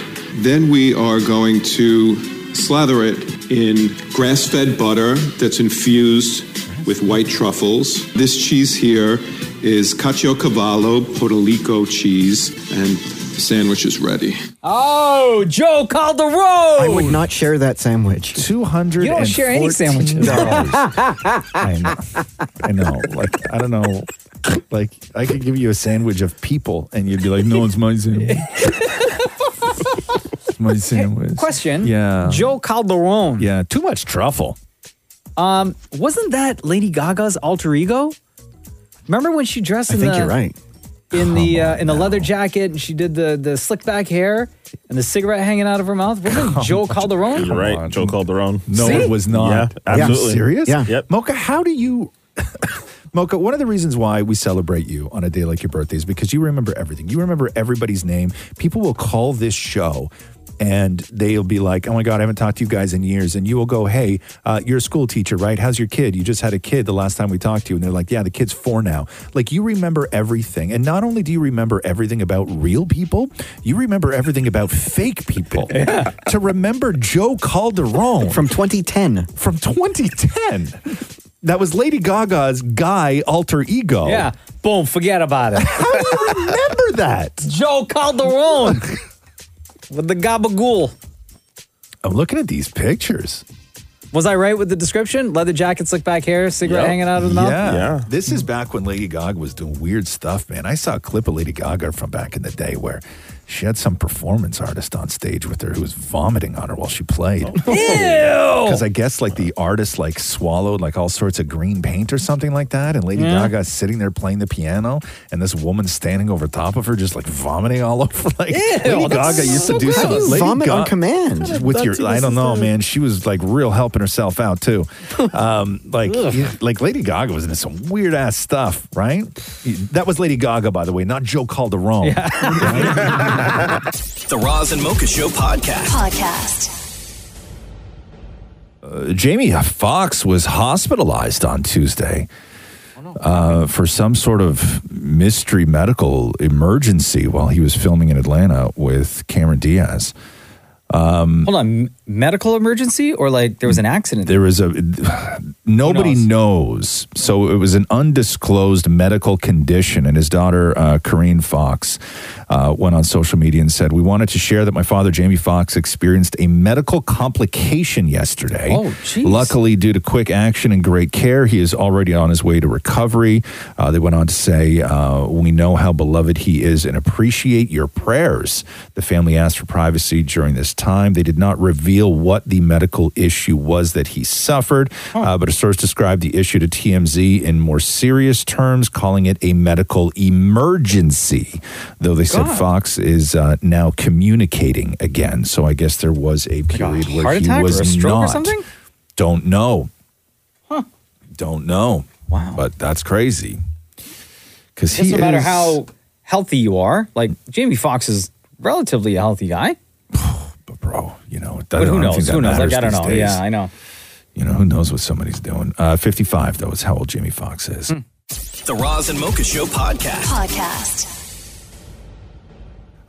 S20: Then we are going to slather it in grass fed butter that's infused with white truffles. This cheese here is Cacciocavallo Puerto Rico cheese, and the sandwich is ready.
S1: Oh, Joe Calderone.
S13: I would not share that sandwich.
S8: Two hundred.
S1: You don't share any sandwiches.
S8: I know. I know. Like I don't know. Like I could give you a sandwich of people, and you'd be like, "No, it's my sandwich." It's my sandwich.
S1: Question.
S8: Yeah.
S1: Joe Calderone.
S8: Yeah. Too much truffle.
S1: Um, wasn't that Lady Gaga's alter ego? Remember when she dressed?
S13: I
S1: in
S13: think
S1: the,
S13: you're right.
S1: In the uh, in the leather jacket, and she did the the slick back hair and the cigarette hanging out of her mouth. Wasn't Joe Calderone?
S7: You're right. Joe Calderon.
S8: No,
S7: See?
S8: it was not.
S7: Yeah, absolutely.
S8: Serious?
S7: Yeah.
S8: Yep. Mocha, how do you? Mocha, one of the reasons why we celebrate you on a day like your birthday is because you remember everything. You remember everybody's name. People will call this show and they'll be like, oh my God, I haven't talked to you guys in years. And you will go, hey, uh, you're a school teacher, right? How's your kid? You just had a kid the last time we talked to you. And they're like, yeah, the kid's four now. Like you remember everything. And not only do you remember everything about real people, you remember everything about fake people. To remember Joe Calderone
S13: from 2010.
S8: From 2010. That was Lady Gaga's guy alter ego.
S1: Yeah. Boom. Forget about it.
S8: How do you remember that?
S1: Joe Calderone with the gabagool.
S8: I'm looking at these pictures.
S1: Was I right with the description? Leather jacket, slick back hair, cigarette hanging out of the mouth.
S8: Yeah. This is back when Lady Gaga was doing weird stuff, man. I saw a clip of Lady Gaga from back in the day where she had some performance artist on stage with her who was vomiting on her while she played.
S1: Oh,
S8: Because I guess like the artist like swallowed like all sorts of green paint or something like that, and Lady
S20: Yeah.
S8: Gaga's sitting there playing the piano, and this woman standing over top of her just like vomiting all over. Like Lady Gaga used to do
S13: How do
S8: something.
S13: you
S8: Lady
S13: vomit on
S8: Ga-
S13: command?
S8: with your I don't know, man. She was like real helping herself out too. Um, like you- like Lady Gaga was into some weird ass stuff, right? That was Lady Gaga, by the way, not Joe Calderone.
S4: The Roz and Mocha Show podcast.
S29: Podcast.
S8: uh, Jamie Fox was hospitalized on Tuesday
S1: Oh,
S8: uh, for some sort of mystery medical emergency while he was filming in Atlanta with Cameron Diaz. Um,
S1: Hold on, m- medical emergency or like there was an accident?
S8: there was a nobody knows. So it was an undisclosed medical condition, and his daughter uh, Corrine Fox uh, went on social media and said, "We wanted to share that my father Jamie Fox experienced a medical complication yesterday.
S22: Oh, jeez.
S8: Luckily, due to quick action and great care, he is already on his way to recovery." Uh, they went on to say, uh, "We know how beloved he is and appreciate your prayers." The family asked for privacy during this time. They did not reveal what the medical issue was that he suffered, uh, but a source described the issue to TMZ in more serious terms, calling it a medical emergency. Though they said Fox is uh, now communicating again, so I guess there was a period where
S1: heart
S8: he
S1: attack
S8: was
S1: or a stroke
S8: not.
S1: or something?
S8: Don't know.
S1: Huh.
S8: Don't know. Wow. But that's crazy. Because
S1: It
S8: he
S1: doesn't matter
S8: is-
S1: how healthy you are. Like Jamie Foxx is relatively a healthy guy. but bro,
S8: I
S1: you know, who
S8: don't think
S1: knows?
S8: that
S1: Who knows? Like,
S8: matters
S1: I don't know.
S8: these days.
S1: Yeah, I know.
S8: You know who knows what somebody's doing. Uh, Fifty-five though is how old Jamie Fox is.
S1: Hmm.
S4: The Roz and Mocha Show podcast.
S6: Podcast.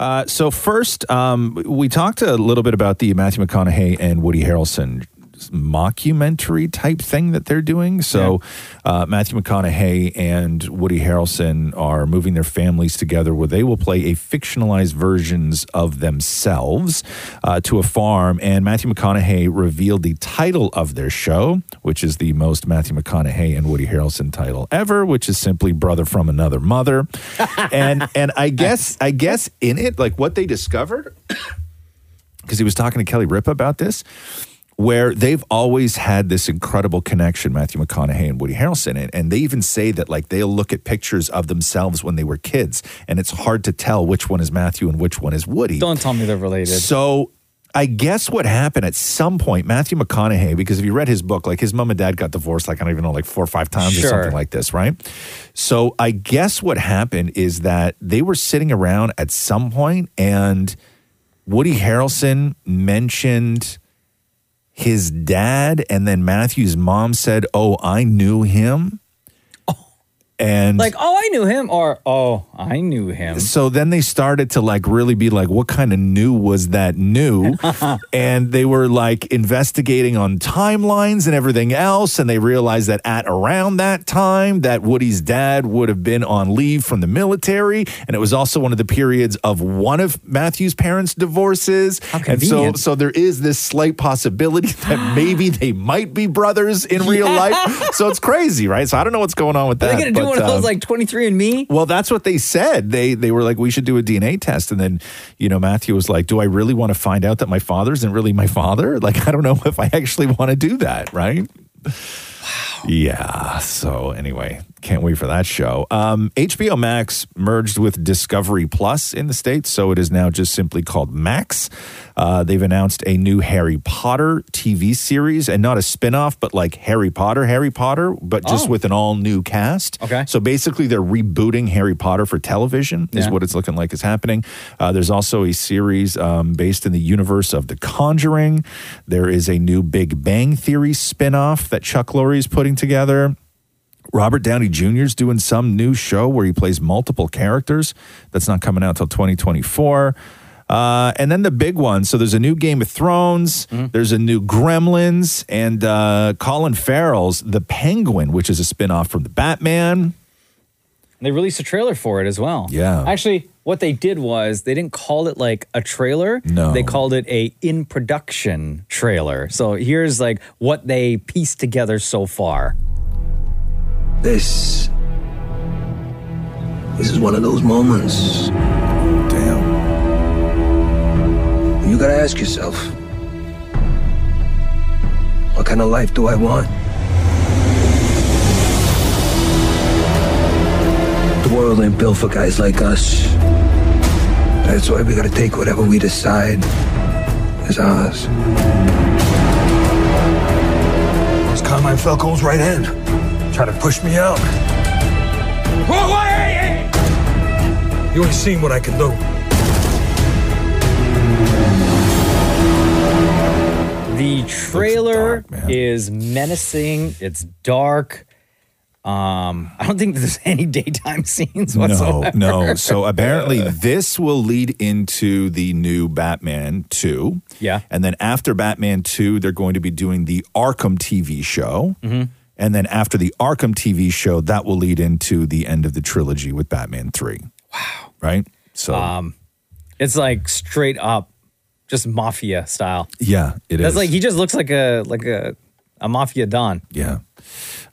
S8: Uh, so first, um, we talked a little bit about the Matthew McConaughey and Woody Harrelson mockumentary type thing that they're doing. So uh, Matthew McConaughey and Woody Harrelson are moving their families together where they will play a fictionalized versions of themselves uh, to a farm. And Matthew McConaughey revealed the title of their show, which is the most Matthew McConaughey and Woody Harrelson title ever, which is simply Brother from Another Mother. and and I guess I guess in it, like what they discovered, because he was talking to Kelly Ripa about this, where they've always had this incredible connection, Matthew McConaughey and Woody Harrelson, and, and they even say that like they'll look at pictures of themselves when they were kids, and it's hard to tell which one is Matthew and which one is Woody.
S1: Don't tell me they're related.
S8: So I guess what happened at some point, Matthew McConaughey, because if you read his book, like his mom and dad got divorced, like I don't even know, like four or five times or
S22: Sure.
S8: something like this, right? So I guess what happened is that they were sitting around at some point and Woody Harrelson mentioned his dad, and then Matthew's mom said, Oh, I knew him. And
S1: Oh. like, oh, I knew him, or oh, I knew him.
S8: so then they started to like really be like, what kind of new was that new? and they were like investigating on timelines and everything else. And they realized that at around that time, that Woody's dad would have been on leave from the military. And it was also one of the periods of one of Matthew's parents' divorces. And so,
S22: convenient.
S8: so there is this slight possibility that maybe they might be brothers in real
S1: Yeah.
S8: life. So it's crazy, right? So I don't know what's going on with
S1: Are
S8: that.
S1: they gonna do
S8: but,
S1: one of
S8: um,
S1: those like twenty three and me?
S8: well, that's what they said. They they were like, we should do a DNA test, and then you know Matthew was like, do I really want to find out that my father isn't really my father? Like, I don't know if I actually want to do that, right? Yeah. So anyway, can't wait for that show. Um, HBO Max merged with Discovery Plus in the states, so it is now just simply called Max. Uh, they've announced a new Harry Potter TV series, and not a spinoff, but like Harry Potter, Harry Potter, but just
S22: Oh.
S8: with an all new cast. Okay. So basically, they're rebooting Harry Potter for television. Is
S22: Yeah.
S8: what it's looking like is happening. Uh, there's also a series um, based in the universe of The Conjuring. There is a new Big Bang Theory spinoff that Chuck Lorre is putting together. Robert Downey Jr. is doing some new show where he plays multiple characters. That's not coming out till 2024. Uh, and then the big one. So there's a new Game of Thrones.
S1: Mm-hmm.
S8: There's a new Gremlins, and uh, Colin Farrell's The Penguin, which is a spinoff from the Batman.
S1: They released a trailer for it as well.
S8: Yeah.
S1: Actually, what they did was they didn't call it like a trailer.
S8: No.
S1: They called it a in production trailer. So here's like what they pieced together so far.
S22: This. This is one of those moments. Damn. You gotta ask yourself what kind of life do I want? The world ain't built for guys like us. That's why we gotta take whatever we decide as ours. I was Carmine Falcone's right hand. Try to push me out. You ain't seen what I can do.
S1: The trailer is menacing. It's dark. Um, I don't think there's any daytime scenes whatsoever.
S8: No, no. So apparently, this will lead into the new Batman 2.
S1: Yeah.
S8: And then after Batman 2, they're going to be doing the Arkham TV show.
S1: Mhm.
S8: And then after the Arkham TV show, that will lead into the end of the trilogy with Batman 3. Wow. Right? So,
S1: um, it's like straight up, just mafia style.
S8: yeah, it is.
S1: That's like he just looks like a like a a mafia don.
S8: Yeah.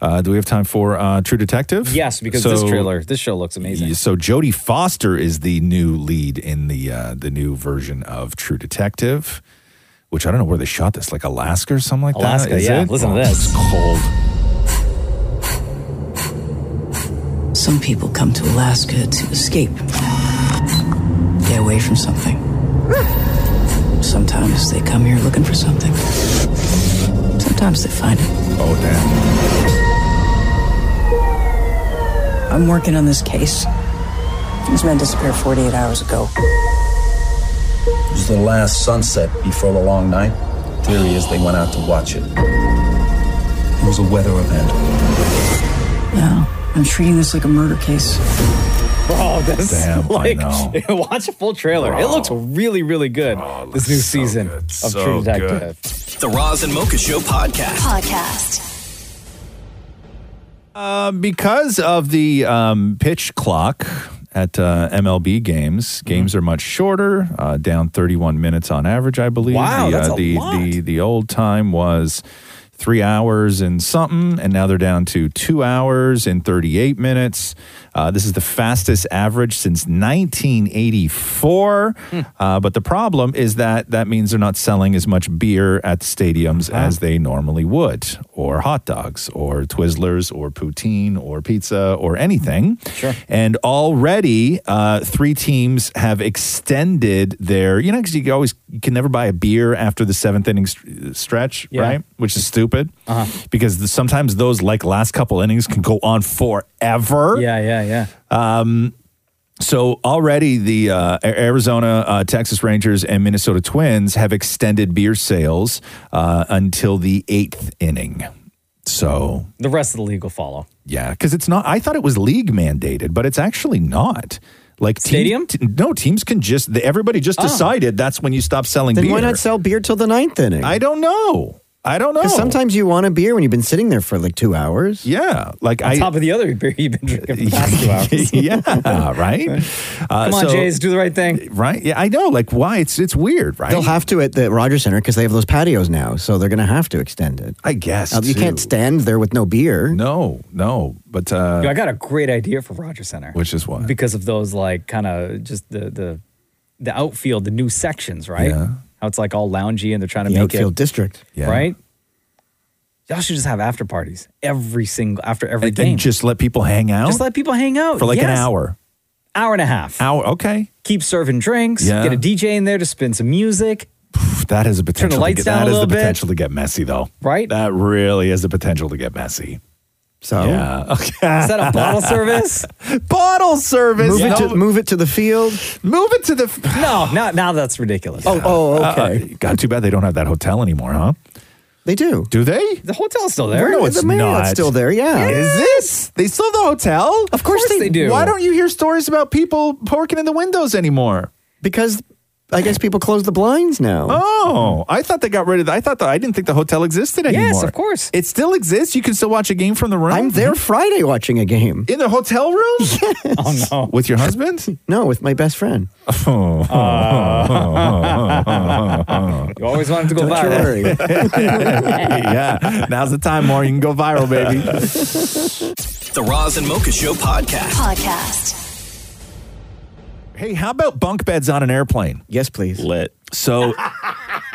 S8: Uh, do we have time for uh, True Detective?
S1: Yes, because this trailer, this show looks amazing.
S8: Yeah, So Jodie Foster is the new lead in the uh, the new version of True Detective, which I don't know where they shot this, like Alaska or something like
S1: Alaska,
S8: that. is
S1: yeah.
S8: it?
S1: Listen
S8: Oh,
S1: to this.
S8: It's cold.
S16: Some people come to Alaska to escape, get away from something. Sometimes they come here looking for something. Sometimes they find it.
S8: Oh, damn.
S16: I'm working on this case. These men disappeared 48 hours ago.
S20: It was the last sunset before the long night. Theory is they went out to watch it. It was a weather event.
S16: Now, I'm treating this like a murder case.
S1: Bro, this
S16: Damn, I
S1: like
S16: know.
S1: watch a full trailer. It looks really, really good. this new season of
S19: So
S1: True
S19: good.
S1: Detective.
S4: The Roz and Mocha Show podcast.
S6: Podcast.
S8: Uh, because of the um, pitch clock at uh, MLB games, games
S1: Mm-hmm.
S8: are much shorter, uh, down 31 minutes on average, I believe.
S18: Wow,
S8: the,
S18: that's
S8: uh,
S18: a
S8: the,
S18: lot.
S8: the the old time was three hours and something, and now they're down to two hours and 38 minutes. Uh, this is the fastest average since 1984. Uh, but the problem is that that means they're not selling as much beer at stadiums as they normally would, or hot dogs, or Twizzlers, or poutine, or pizza, or anything. Sure. And already, uh, three teams have extended their, you know, because you always you can never buy a beer after the seventh inning st- stretch,
S18: Yeah.
S8: right? Which is stupid
S1: Uh-huh.
S8: because the, sometimes those like last couple innings can go on forever.
S1: Yeah, yeah, yeah.
S8: Um, so already the uh, A- Arizona, uh, Texas Rangers, and Minnesota Twins have extended beer sales uh, until the eighth inning. So
S1: The rest of the league will follow.
S8: yeah, because it's not. I thought it was league mandated, but it's actually not. Like team-
S1: Stadium?
S8: t- no, teams can just. they- Everybody just
S13: Oh.
S8: decided that's when you stop selling.
S13: Then
S8: beer. Oh,
S13: why not sell beer till the ninth inning? I
S8: don't know. I don't know.
S13: Sometimes you want a beer when you've been sitting there for like two hours.
S8: Yeah, like
S1: On top of the other beer you've been drinking for the past two hours.
S8: yeah, right. Uh,
S1: Come on,
S8: so-
S1: Jays, do the right thing.
S8: Right? Yeah, I know. Like, why? It's it's weird, right?
S13: They'll have to at the Rogers Center because they have those patios now, so they're going to have to extend it. Uh,
S8: I guess
S13: you can't
S8: too.
S13: stand there with no beer.
S8: No, no. But uh,
S1: Yo, I got a great idea for Rogers Center.
S8: which is what.
S1: because of those like kind of just the the the outfield, the new sections, right?
S8: Yeah.
S1: How it's like all loungy and they're trying to
S13: The
S1: make
S13: outfield
S1: it
S13: district,
S1: right? Y'all should just have after parties every single after every
S8: And,
S1: game.
S8: and just let people hang out
S1: Just let people hang out
S8: for like an
S1: yes.
S8: hour.
S1: hour and a half.
S8: Hour, okay.
S1: Keep serving drinks.
S8: Yeah.
S1: Get a DJ in there to spin some music.
S8: That has a
S1: Turn the
S8: potential. to
S1: lights
S8: get, that
S1: down a
S8: has the
S1: little bit.
S8: potential to get messy, though.
S1: Right?
S8: That really has the potential to get messy.
S13: So
S8: yeah. Okay.
S13: Is that a bottle service?
S8: bottle service.
S13: Move,
S8: Yeah.
S13: it to, move it to the field.
S8: Move it to the. F-
S1: no, not now. That's ridiculous.
S13: Oh, oh, okay.
S8: Uh, God, too bad they don't have that hotel anymore, huh?
S13: They do.
S8: Do they?
S1: The hotel's still
S13: there.
S8: No, it's
S13: The Marriott's
S8: not.
S13: still there, yeah.
S8: Is this? They still have the hotel? Of course,
S13: they- do.
S8: Why don't you hear stories about people porking in the windows anymore?
S13: Because I guess people close the blinds now.
S8: Oh, I thought they got rid of. I thought that I didn't think the hotel existed
S13: Yes,
S8: anymore.
S13: of
S1: course,
S8: it still exists. You can still watch a game from the room.
S13: I'm there Friday watching a game
S8: in the hotel room.
S1: Oh no,
S8: with your husband?
S13: no, with my best friend.
S8: Oh,
S1: you always wanted to go
S13: Don't you
S1: viral.
S8: yeah, now's the time, more. You can go viral, baby.
S4: The Roz and Mocha Show podcast.
S6: Podcast.
S8: Hey, how about bunk beds on an airplane?
S13: Yes, please.
S8: Lit. So,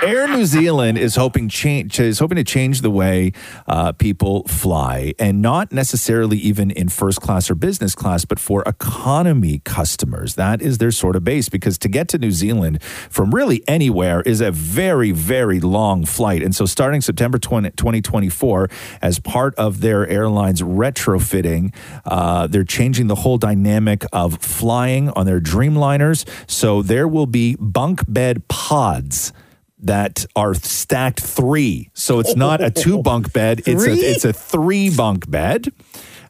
S8: Air New Zealand is hoping change is hoping to change the way uh, people fly, and not necessarily even in first class or business class, but for economy customers. That is their sort of base because to get to New Zealand from really anywhere is a very very long flight, and so starting September 20, 2024, as part of their airline's retrofitting, uh, they're changing the whole dynamic of flying on their Dreamliners. So there will be bunk bed pods that are stacked three. So it's not a two bunk bed. It's a
S24: Three?
S8: it's a three bunk bed.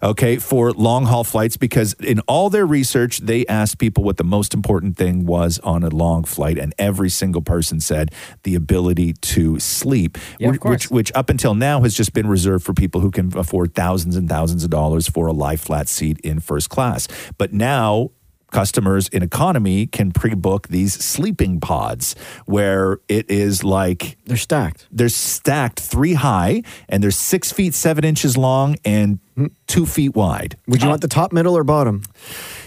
S8: Okay, for long haul flights, because in all their research, they asked people what the most important thing was on a long flight, and every single person said the ability to sleep,
S1: Yeah, of
S8: which, which
S1: course.
S8: which up until now has just been reserved for people who can afford thousands and thousands of dollars for a lie flat seat in first class. But now customers in economy can pre-book these sleeping pods where it is like they're stacked they're stacked three high and they're six feet seven inches long and two feet wide
S13: Hmm. Would you want the top, middle, or bottom?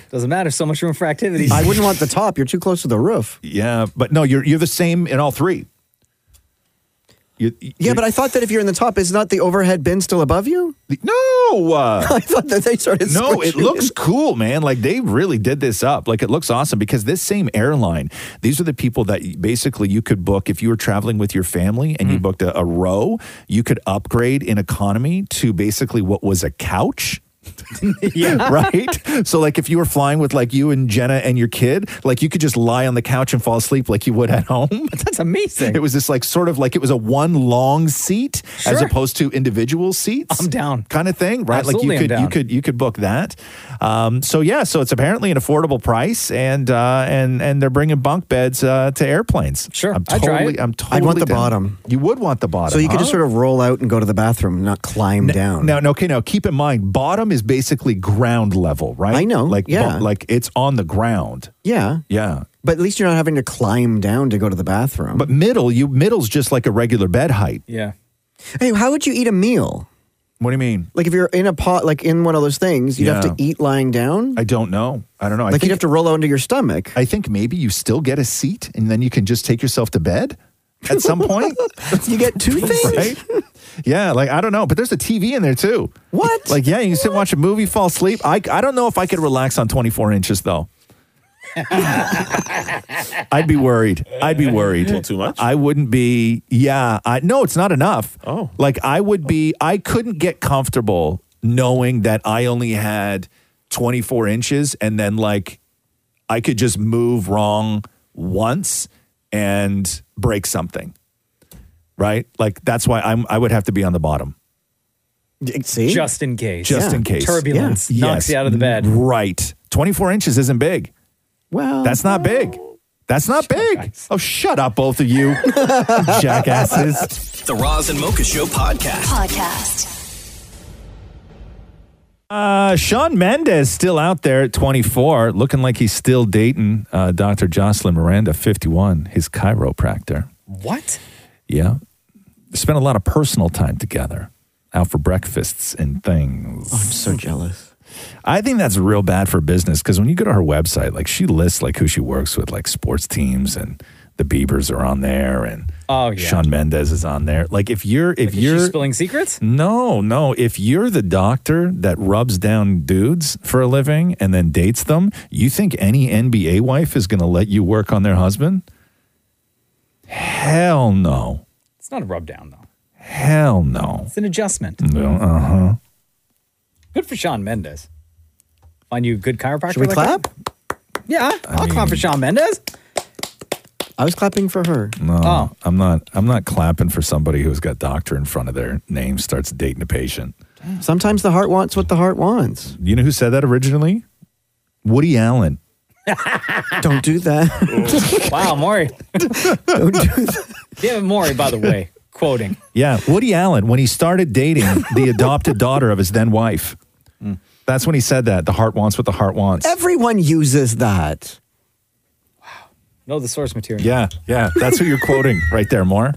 S1: Doesn't matter. So much room for activities.
S13: I wouldn't want the top. You're too close to the roof.
S8: yeah but no you're, you're the same in all three You-
S13: Yeah, but I thought that if you're in the top, is not the overhead bin still above you?
S8: No, uh,
S13: I thought that they started.
S8: No, it
S13: squishing
S8: looks
S13: in.
S8: cool, man. Like they really did this up. Like it looks awesome because this same airline, these are the people that y- basically you could book if you were traveling with your family
S13: Hmm.
S8: and you booked a, a row, you could upgrade in economy to basically what was a couch. Oh.
S11: Yeah.
S8: right. So, like, if you were flying with like you and Jenna and your kid, like you could just lie on the couch and fall asleep like you would at home.
S1: That's amazing.
S8: It was this like sort of like it was a one long seat as
S1: Sure.
S8: opposed to individual seats. I'm down kind of thing, right? like
S1: Absolutely,
S8: you
S1: I'm
S8: could you
S1: down.
S8: could you could book that. Um, so yeah, so it's apparently an affordable price, and uh, and and they're bringing bunk beds uh, to airplanes. Sure, I'm
S13: I'd
S8: totally,
S13: try it.
S8: I'm
S13: I'd
S8: totally.
S13: want the
S8: down.
S13: bottom.
S8: You would want the bottom,
S13: So you could
S8: huh?
S13: just sort of roll out and go to the bathroom, not climb down.
S8: Now, no, okay, now keep in mind, bottom is basically ground level, right? I know. Like,
S13: yeah.
S8: like it's on the ground.
S13: Yeah,
S8: Yeah.
S13: but at least you're not having to climb down to go to the bathroom.
S8: But middle, you middle's just like a regular bed height.
S1: Yeah.
S13: Hey, how would you eat a meal?
S8: What do you mean?
S13: Like if you're in a pot, like in one of those things, you'd have to eat lying down.
S8: I don't know. I don't know. I
S13: Like you'd
S8: think-
S13: have to roll out into your stomach.
S8: I think maybe you still get a seat and then you can just take yourself to bed at some point.
S13: you get two things.
S8: Right? Yeah, like I don't know, but there's a TV in there too. What? Like yeah, you can sit and watch a movie, fall asleep. I I don't know if I could relax on 24 inches though. I'd be worried. I'd be worried.
S19: A little too much?
S8: I wouldn't be. Yeah. I no, it's not enough. Oh, like I would be. I couldn't get comfortable knowing that I only had 24 inches, and then like I could just move wrong once and break something. Right. Like that's why I'm. I would have to be on the bottom.
S13: See,
S1: Just in case.
S8: Just
S1: Yeah.
S8: in case.
S1: Turbulence knocks you out of the bed.
S8: Right. 24 inches isn't big.
S13: Well,
S8: That's not big. That's not big. Oh, shut up, both of you jackasses.
S4: The Roz and Mocha Show podcast.
S6: Podcast.
S8: Uh, Sean Mendes still out there at 24, looking like he's still dating uh, Dr. Jocelyn Miranda, 51, his chiropractor.
S1: What?
S8: Yeah. They spent a lot of personal time together, out for breakfasts and things. I'm
S13: Oh, so jealous.
S8: I think that's real bad for business because when you go to her website, like she lists like who she works with, like sports teams and the Beavers are on there and
S1: Oh, yeah.
S8: Sean Mendez is on there. Like if you're if you're
S1: Spilling secrets?
S8: no, no. If you're the doctor that rubs down dudes for a living and then dates them, you think any NBA wife is going to let you work on their husband? Hell no.
S1: It's not a rub down though.
S8: Hell no.
S1: It's an adjustment.
S8: Uh huh.
S1: Good for Sean Mendes. Find you a good chiropractor.
S13: Should we
S1: like that? Yeah, I will clap for Sean Mendes.
S13: I was clapping for her.
S8: No, I'm not. I'm not clapping for somebody who's got doctor in front of their name starts dating a patient.
S13: Sometimes the heart wants what the heart wants.
S8: You know who said that originally? Woody Allen.
S13: Don't do that.
S1: wow, Maury.
S13: Don't do
S1: that. Yeah, Maury, by the way, quoting.
S8: Yeah, Woody Allen when he started dating the adopted daughter of his then wife. That's when he said that the heart wants what the heart wants.
S13: Everyone uses that.
S1: Know the source material.
S8: Yeah, yeah, that's who you're quoting right there, Moore.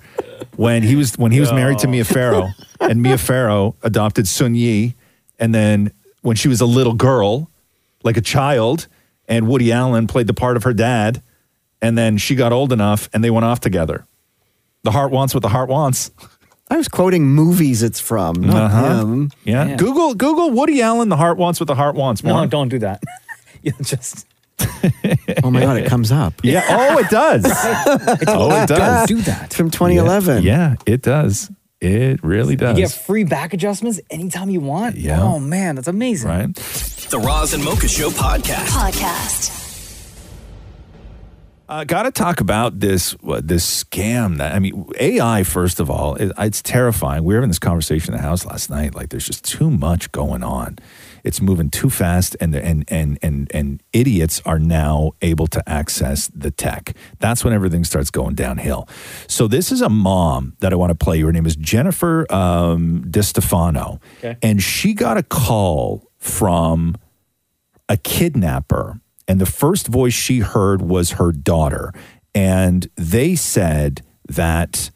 S8: When he was when he was married to Mia Farrow, and Mia Farrow adopted Sun Yi, and then when she was a little girl, like a child, and Woody Allen played the part of her dad, and then she got old enough, and they went off together. The heart wants what the heart wants.
S13: I was quoting movies it's from, not
S8: Uh-huh.
S13: him.
S8: Yeah.
S13: Yeah.
S8: Google Google Woody Allen. The heart wants what the heart wants.
S1: No,
S8: Moore.
S1: don't do that. you just
S13: Oh my God, it comes up.
S8: Yeah. Oh, it does. oh, it does.
S1: Don't do that.
S13: From 2011.
S8: Yeah, it does. It really
S1: You
S8: does.
S1: get free back adjustments anytime you want.
S8: Yeah.
S1: Oh man, that's amazing.
S8: Right.
S4: The Roz and Mocha Show podcast.
S6: Podcast.
S8: Uh, Got to talk about this uh, this scam. That I mean, AI first of all, it, it's terrifying. We were having this conversation in the house last night. Like, there's just too much going on. It's moving too fast, and and and and and idiots are now able to access the tech. That's when everything starts going downhill. So this is a mom that I want to play. Her name is Jennifer um, DiStefano, and she got a call from a kidnapper. And the first voice she heard was her daughter. And they said that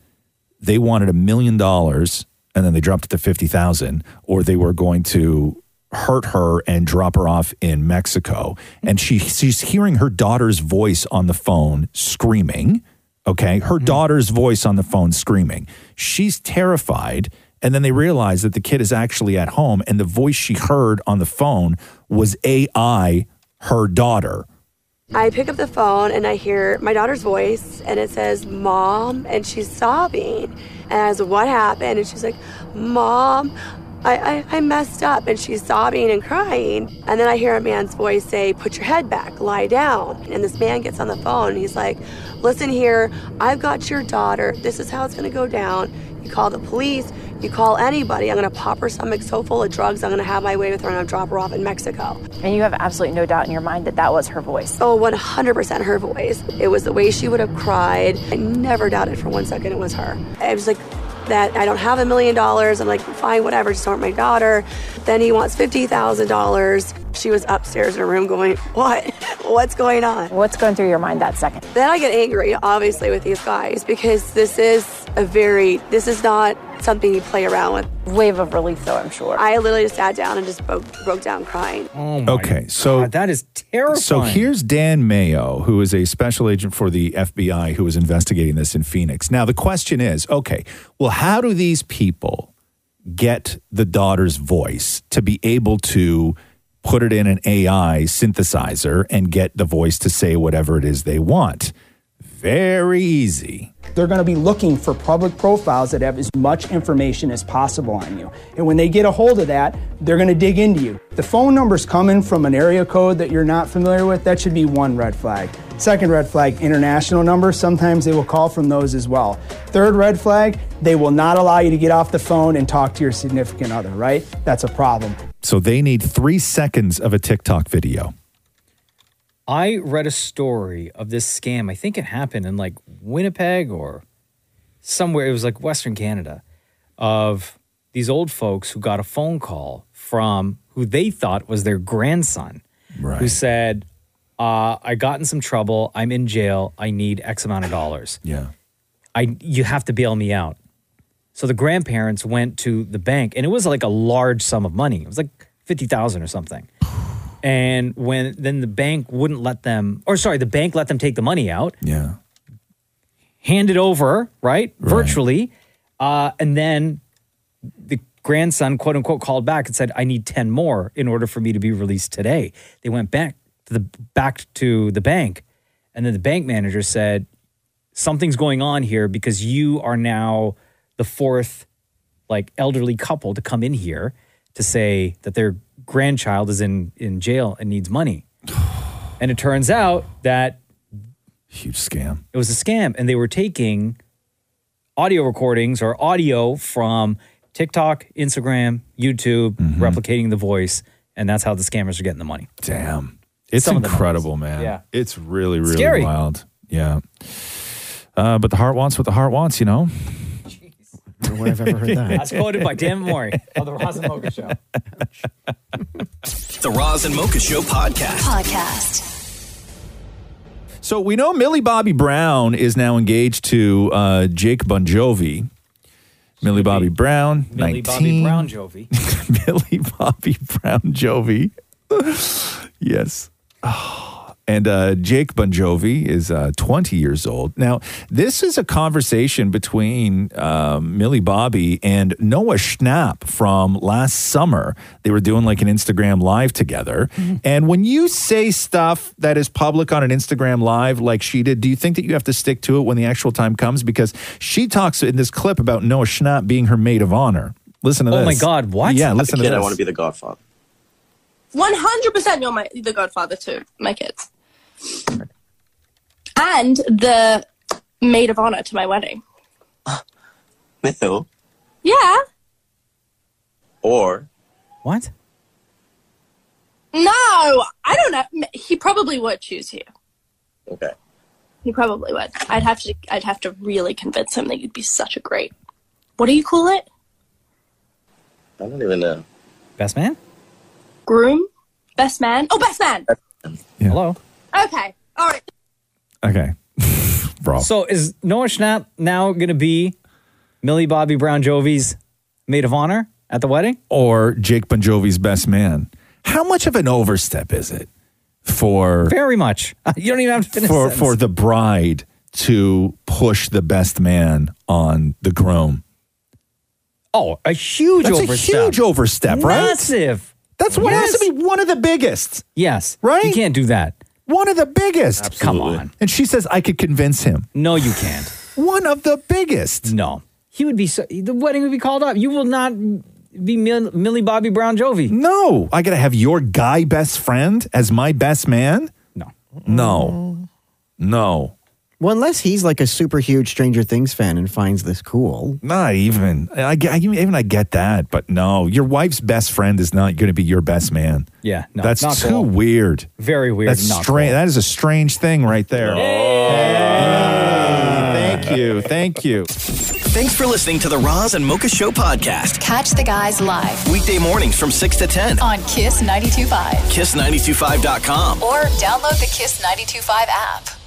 S8: they wanted a million dollars and then they dropped it to 50,000 or they were going to hurt her and drop her off in Mexico. And she she's hearing her daughter's voice on the phone screaming, okay? Her daughter's voice on the phone screaming. She's terrified and then they realize that the kid is actually at home and the voice she heard on the phone was AI her daughter.
S24: I pick up the phone and I hear my daughter's voice and it says, Mom, and she's sobbing. And I was like, What happened? And she's like, Mom, I, I, I messed up. And she's sobbing and crying. And then I hear a man's voice say, Put your head back, lie down. And this man gets on the phone and he's like, Listen here, I've got your daughter. This is how it's going to go down. You call the police, you call anybody. I'm going to pop her stomach so full of drugs, I'm going to have my way with her and I'll drop her off in Mexico.
S6: And you have absolutely no doubt in your mind that that was her voice.
S24: Oh, 100% her voice. It was the way she would have cried. I never doubted for one second it was her. I was like, that I don't have a million dollars. I'm like, fine, whatever, just don't hurt my daughter. Then he wants $50,000. She was upstairs in her room going, what? What's going on?
S6: What's going through your mind that second?
S24: Then I get angry, obviously, with these guys because this is a very, this is not something you play around with.
S6: Wave of relief, though, I'm sure.
S24: I literally just sat down and just broke, broke down crying.
S8: okay, so
S1: Oh that is terrifying.
S8: So here's Dan Mayo, who is a special agent for the FBI who is investigating this in Phoenix. Now, the question is okay, well, how do these people get the daughter's voice to be able to put it in an AI synthesizer and get the voice to say whatever it is they want? Very easy.
S18: They're going to be looking for public profiles that have as much information as possible on you. And when they get a hold of that, they're going to dig into you. The phone number's coming from an area code that you're not familiar with, that should be one red flag. Second red flag, international numbers, sometimes they will call from those as well. Third red flag, they will not allow you to get off the phone and talk to your significant other, right? That's a problem.
S8: So they need three seconds of a TikTok video.
S1: I read a story of this scam. I think it happened in like Winnipeg or somewhere. It was like Western Canada of these old folks who got a phone call from who they thought was their grandson, who said, uh, "I got in some trouble. I'm in jail. I need X amount of dollars.
S8: Yeah,
S1: I you have to bail me out." So the grandparents went to the bank, and it was like a large sum of money. It was like fifty thousand or something and when then the bank wouldn't let them or sorry the bank let them take the money out
S8: yeah
S1: hand it over right, virtually uh, and then the grandson quote unquote called back and said i need 10 more in order for me to be released today they went back to the back to the bank and then the bank manager said something's going on here because you are now the fourth like elderly couple to come in here to say that their grandchild is in in jail and needs money. and it turns out that
S8: huge scam.
S1: It was a scam and they were taking audio recordings or audio from TikTok, Instagram, YouTube,
S8: Mm-hmm.
S1: replicating the voice and that's how the scammers are getting the money.
S8: Damn. It's
S1: Some of the numbers.
S8: incredible, man.
S1: Yeah.
S8: It's really, really
S1: Scary.
S8: wild. Yeah. Uh, but the heart wants what the heart wants, you know?
S17: Where I've ever heard that.
S1: That's quoted by Dan Mori of Oh, the Roz and Mocha Show.
S4: The Roz and Mocha Show podcast.
S6: Podcast.
S8: So we know Millie Bobby Brown is now engaged to uh, Jake Bon Jovi. Millie Bobby Brown,
S1: Millie
S8: 19.
S1: Bobby Brown Jovi.
S8: Millie Bobby Brown Jovi. yes. Oh. And uh, Jake Bon Jovi is uh, 20 years old. Now, this is a conversation between um, Millie Bobby and Noah Schnapp from last summer. They were doing like an Instagram live together.
S1: Mm-hmm.
S8: And when you say stuff that is public on an Instagram live like she did, do you think that you have to stick to it when the actual time comes? Because she talks in this clip about Noah Schnapp being her maid of honor. Listen to
S1: Oh
S8: this.
S1: my God, what?
S8: Yeah, listen to
S21: Kid,
S8: this.
S21: I want to be the godfather. One hundred percent, you're my the Godfather too. My kids. and the maid of honor to my wedding.
S11: No.
S21: Yeah.
S11: Or.
S1: What?
S21: No, I don't know. He probably would choose you.
S11: Okay.
S21: He probably would. I'd have to. I'd have to really convince him that you'd be such a great. What do you call it?
S11: I don't even know.
S1: Best man?
S21: Groom, best man. Oh, best man.
S1: Hello.
S21: Okay. All right.
S8: Okay. Wrong.
S1: So is Noah Schnapp now going to be Millie Bobby Brown Jovi's maid of honor at the wedding?
S8: Or Jake Bon Jovi's best man. How much of an overstep is it for
S1: Very much. You don't even have to finish
S8: for
S1: the
S8: for
S1: sentence.
S8: the bride to push the best man on the groom?
S1: Oh, a huge
S8: That's
S1: overstep.
S8: a huge overstep, right?
S1: Massive.
S8: That's what has to be one of the biggest.
S1: Yes.
S8: Right?
S1: You can't do that.
S8: One of the biggest.
S1: Come on.
S8: And she says I could convince him.
S1: No, you can't.
S8: One of the biggest.
S1: No. He would be so, the wedding would be called up. You will not be Mil- Millie Bobby Brown Jovi.
S8: No, I gotta have your guy best friend as my best man.
S1: No,
S8: no, no.
S13: Well, unless he's like a super huge Stranger Things fan and finds this cool.
S8: Not even. I, get- I even I get that, but no, your wife's best friend is not going to be your best man.
S1: Yeah, no,
S8: that's
S1: not
S8: too
S1: cool.
S8: weird.
S1: Very weird.
S8: That's
S1: not
S8: strange. That is a strange thing right there. Hey, Thank you. Thank you.
S4: Thanks for listening to the Roz and Mocha Show podcast.
S30: Catch the guys live
S4: Weekday mornings from 6 to 10.
S30: on Kiss 92.5
S4: Kiss925.com.
S30: or download the Kiss 92.5 app.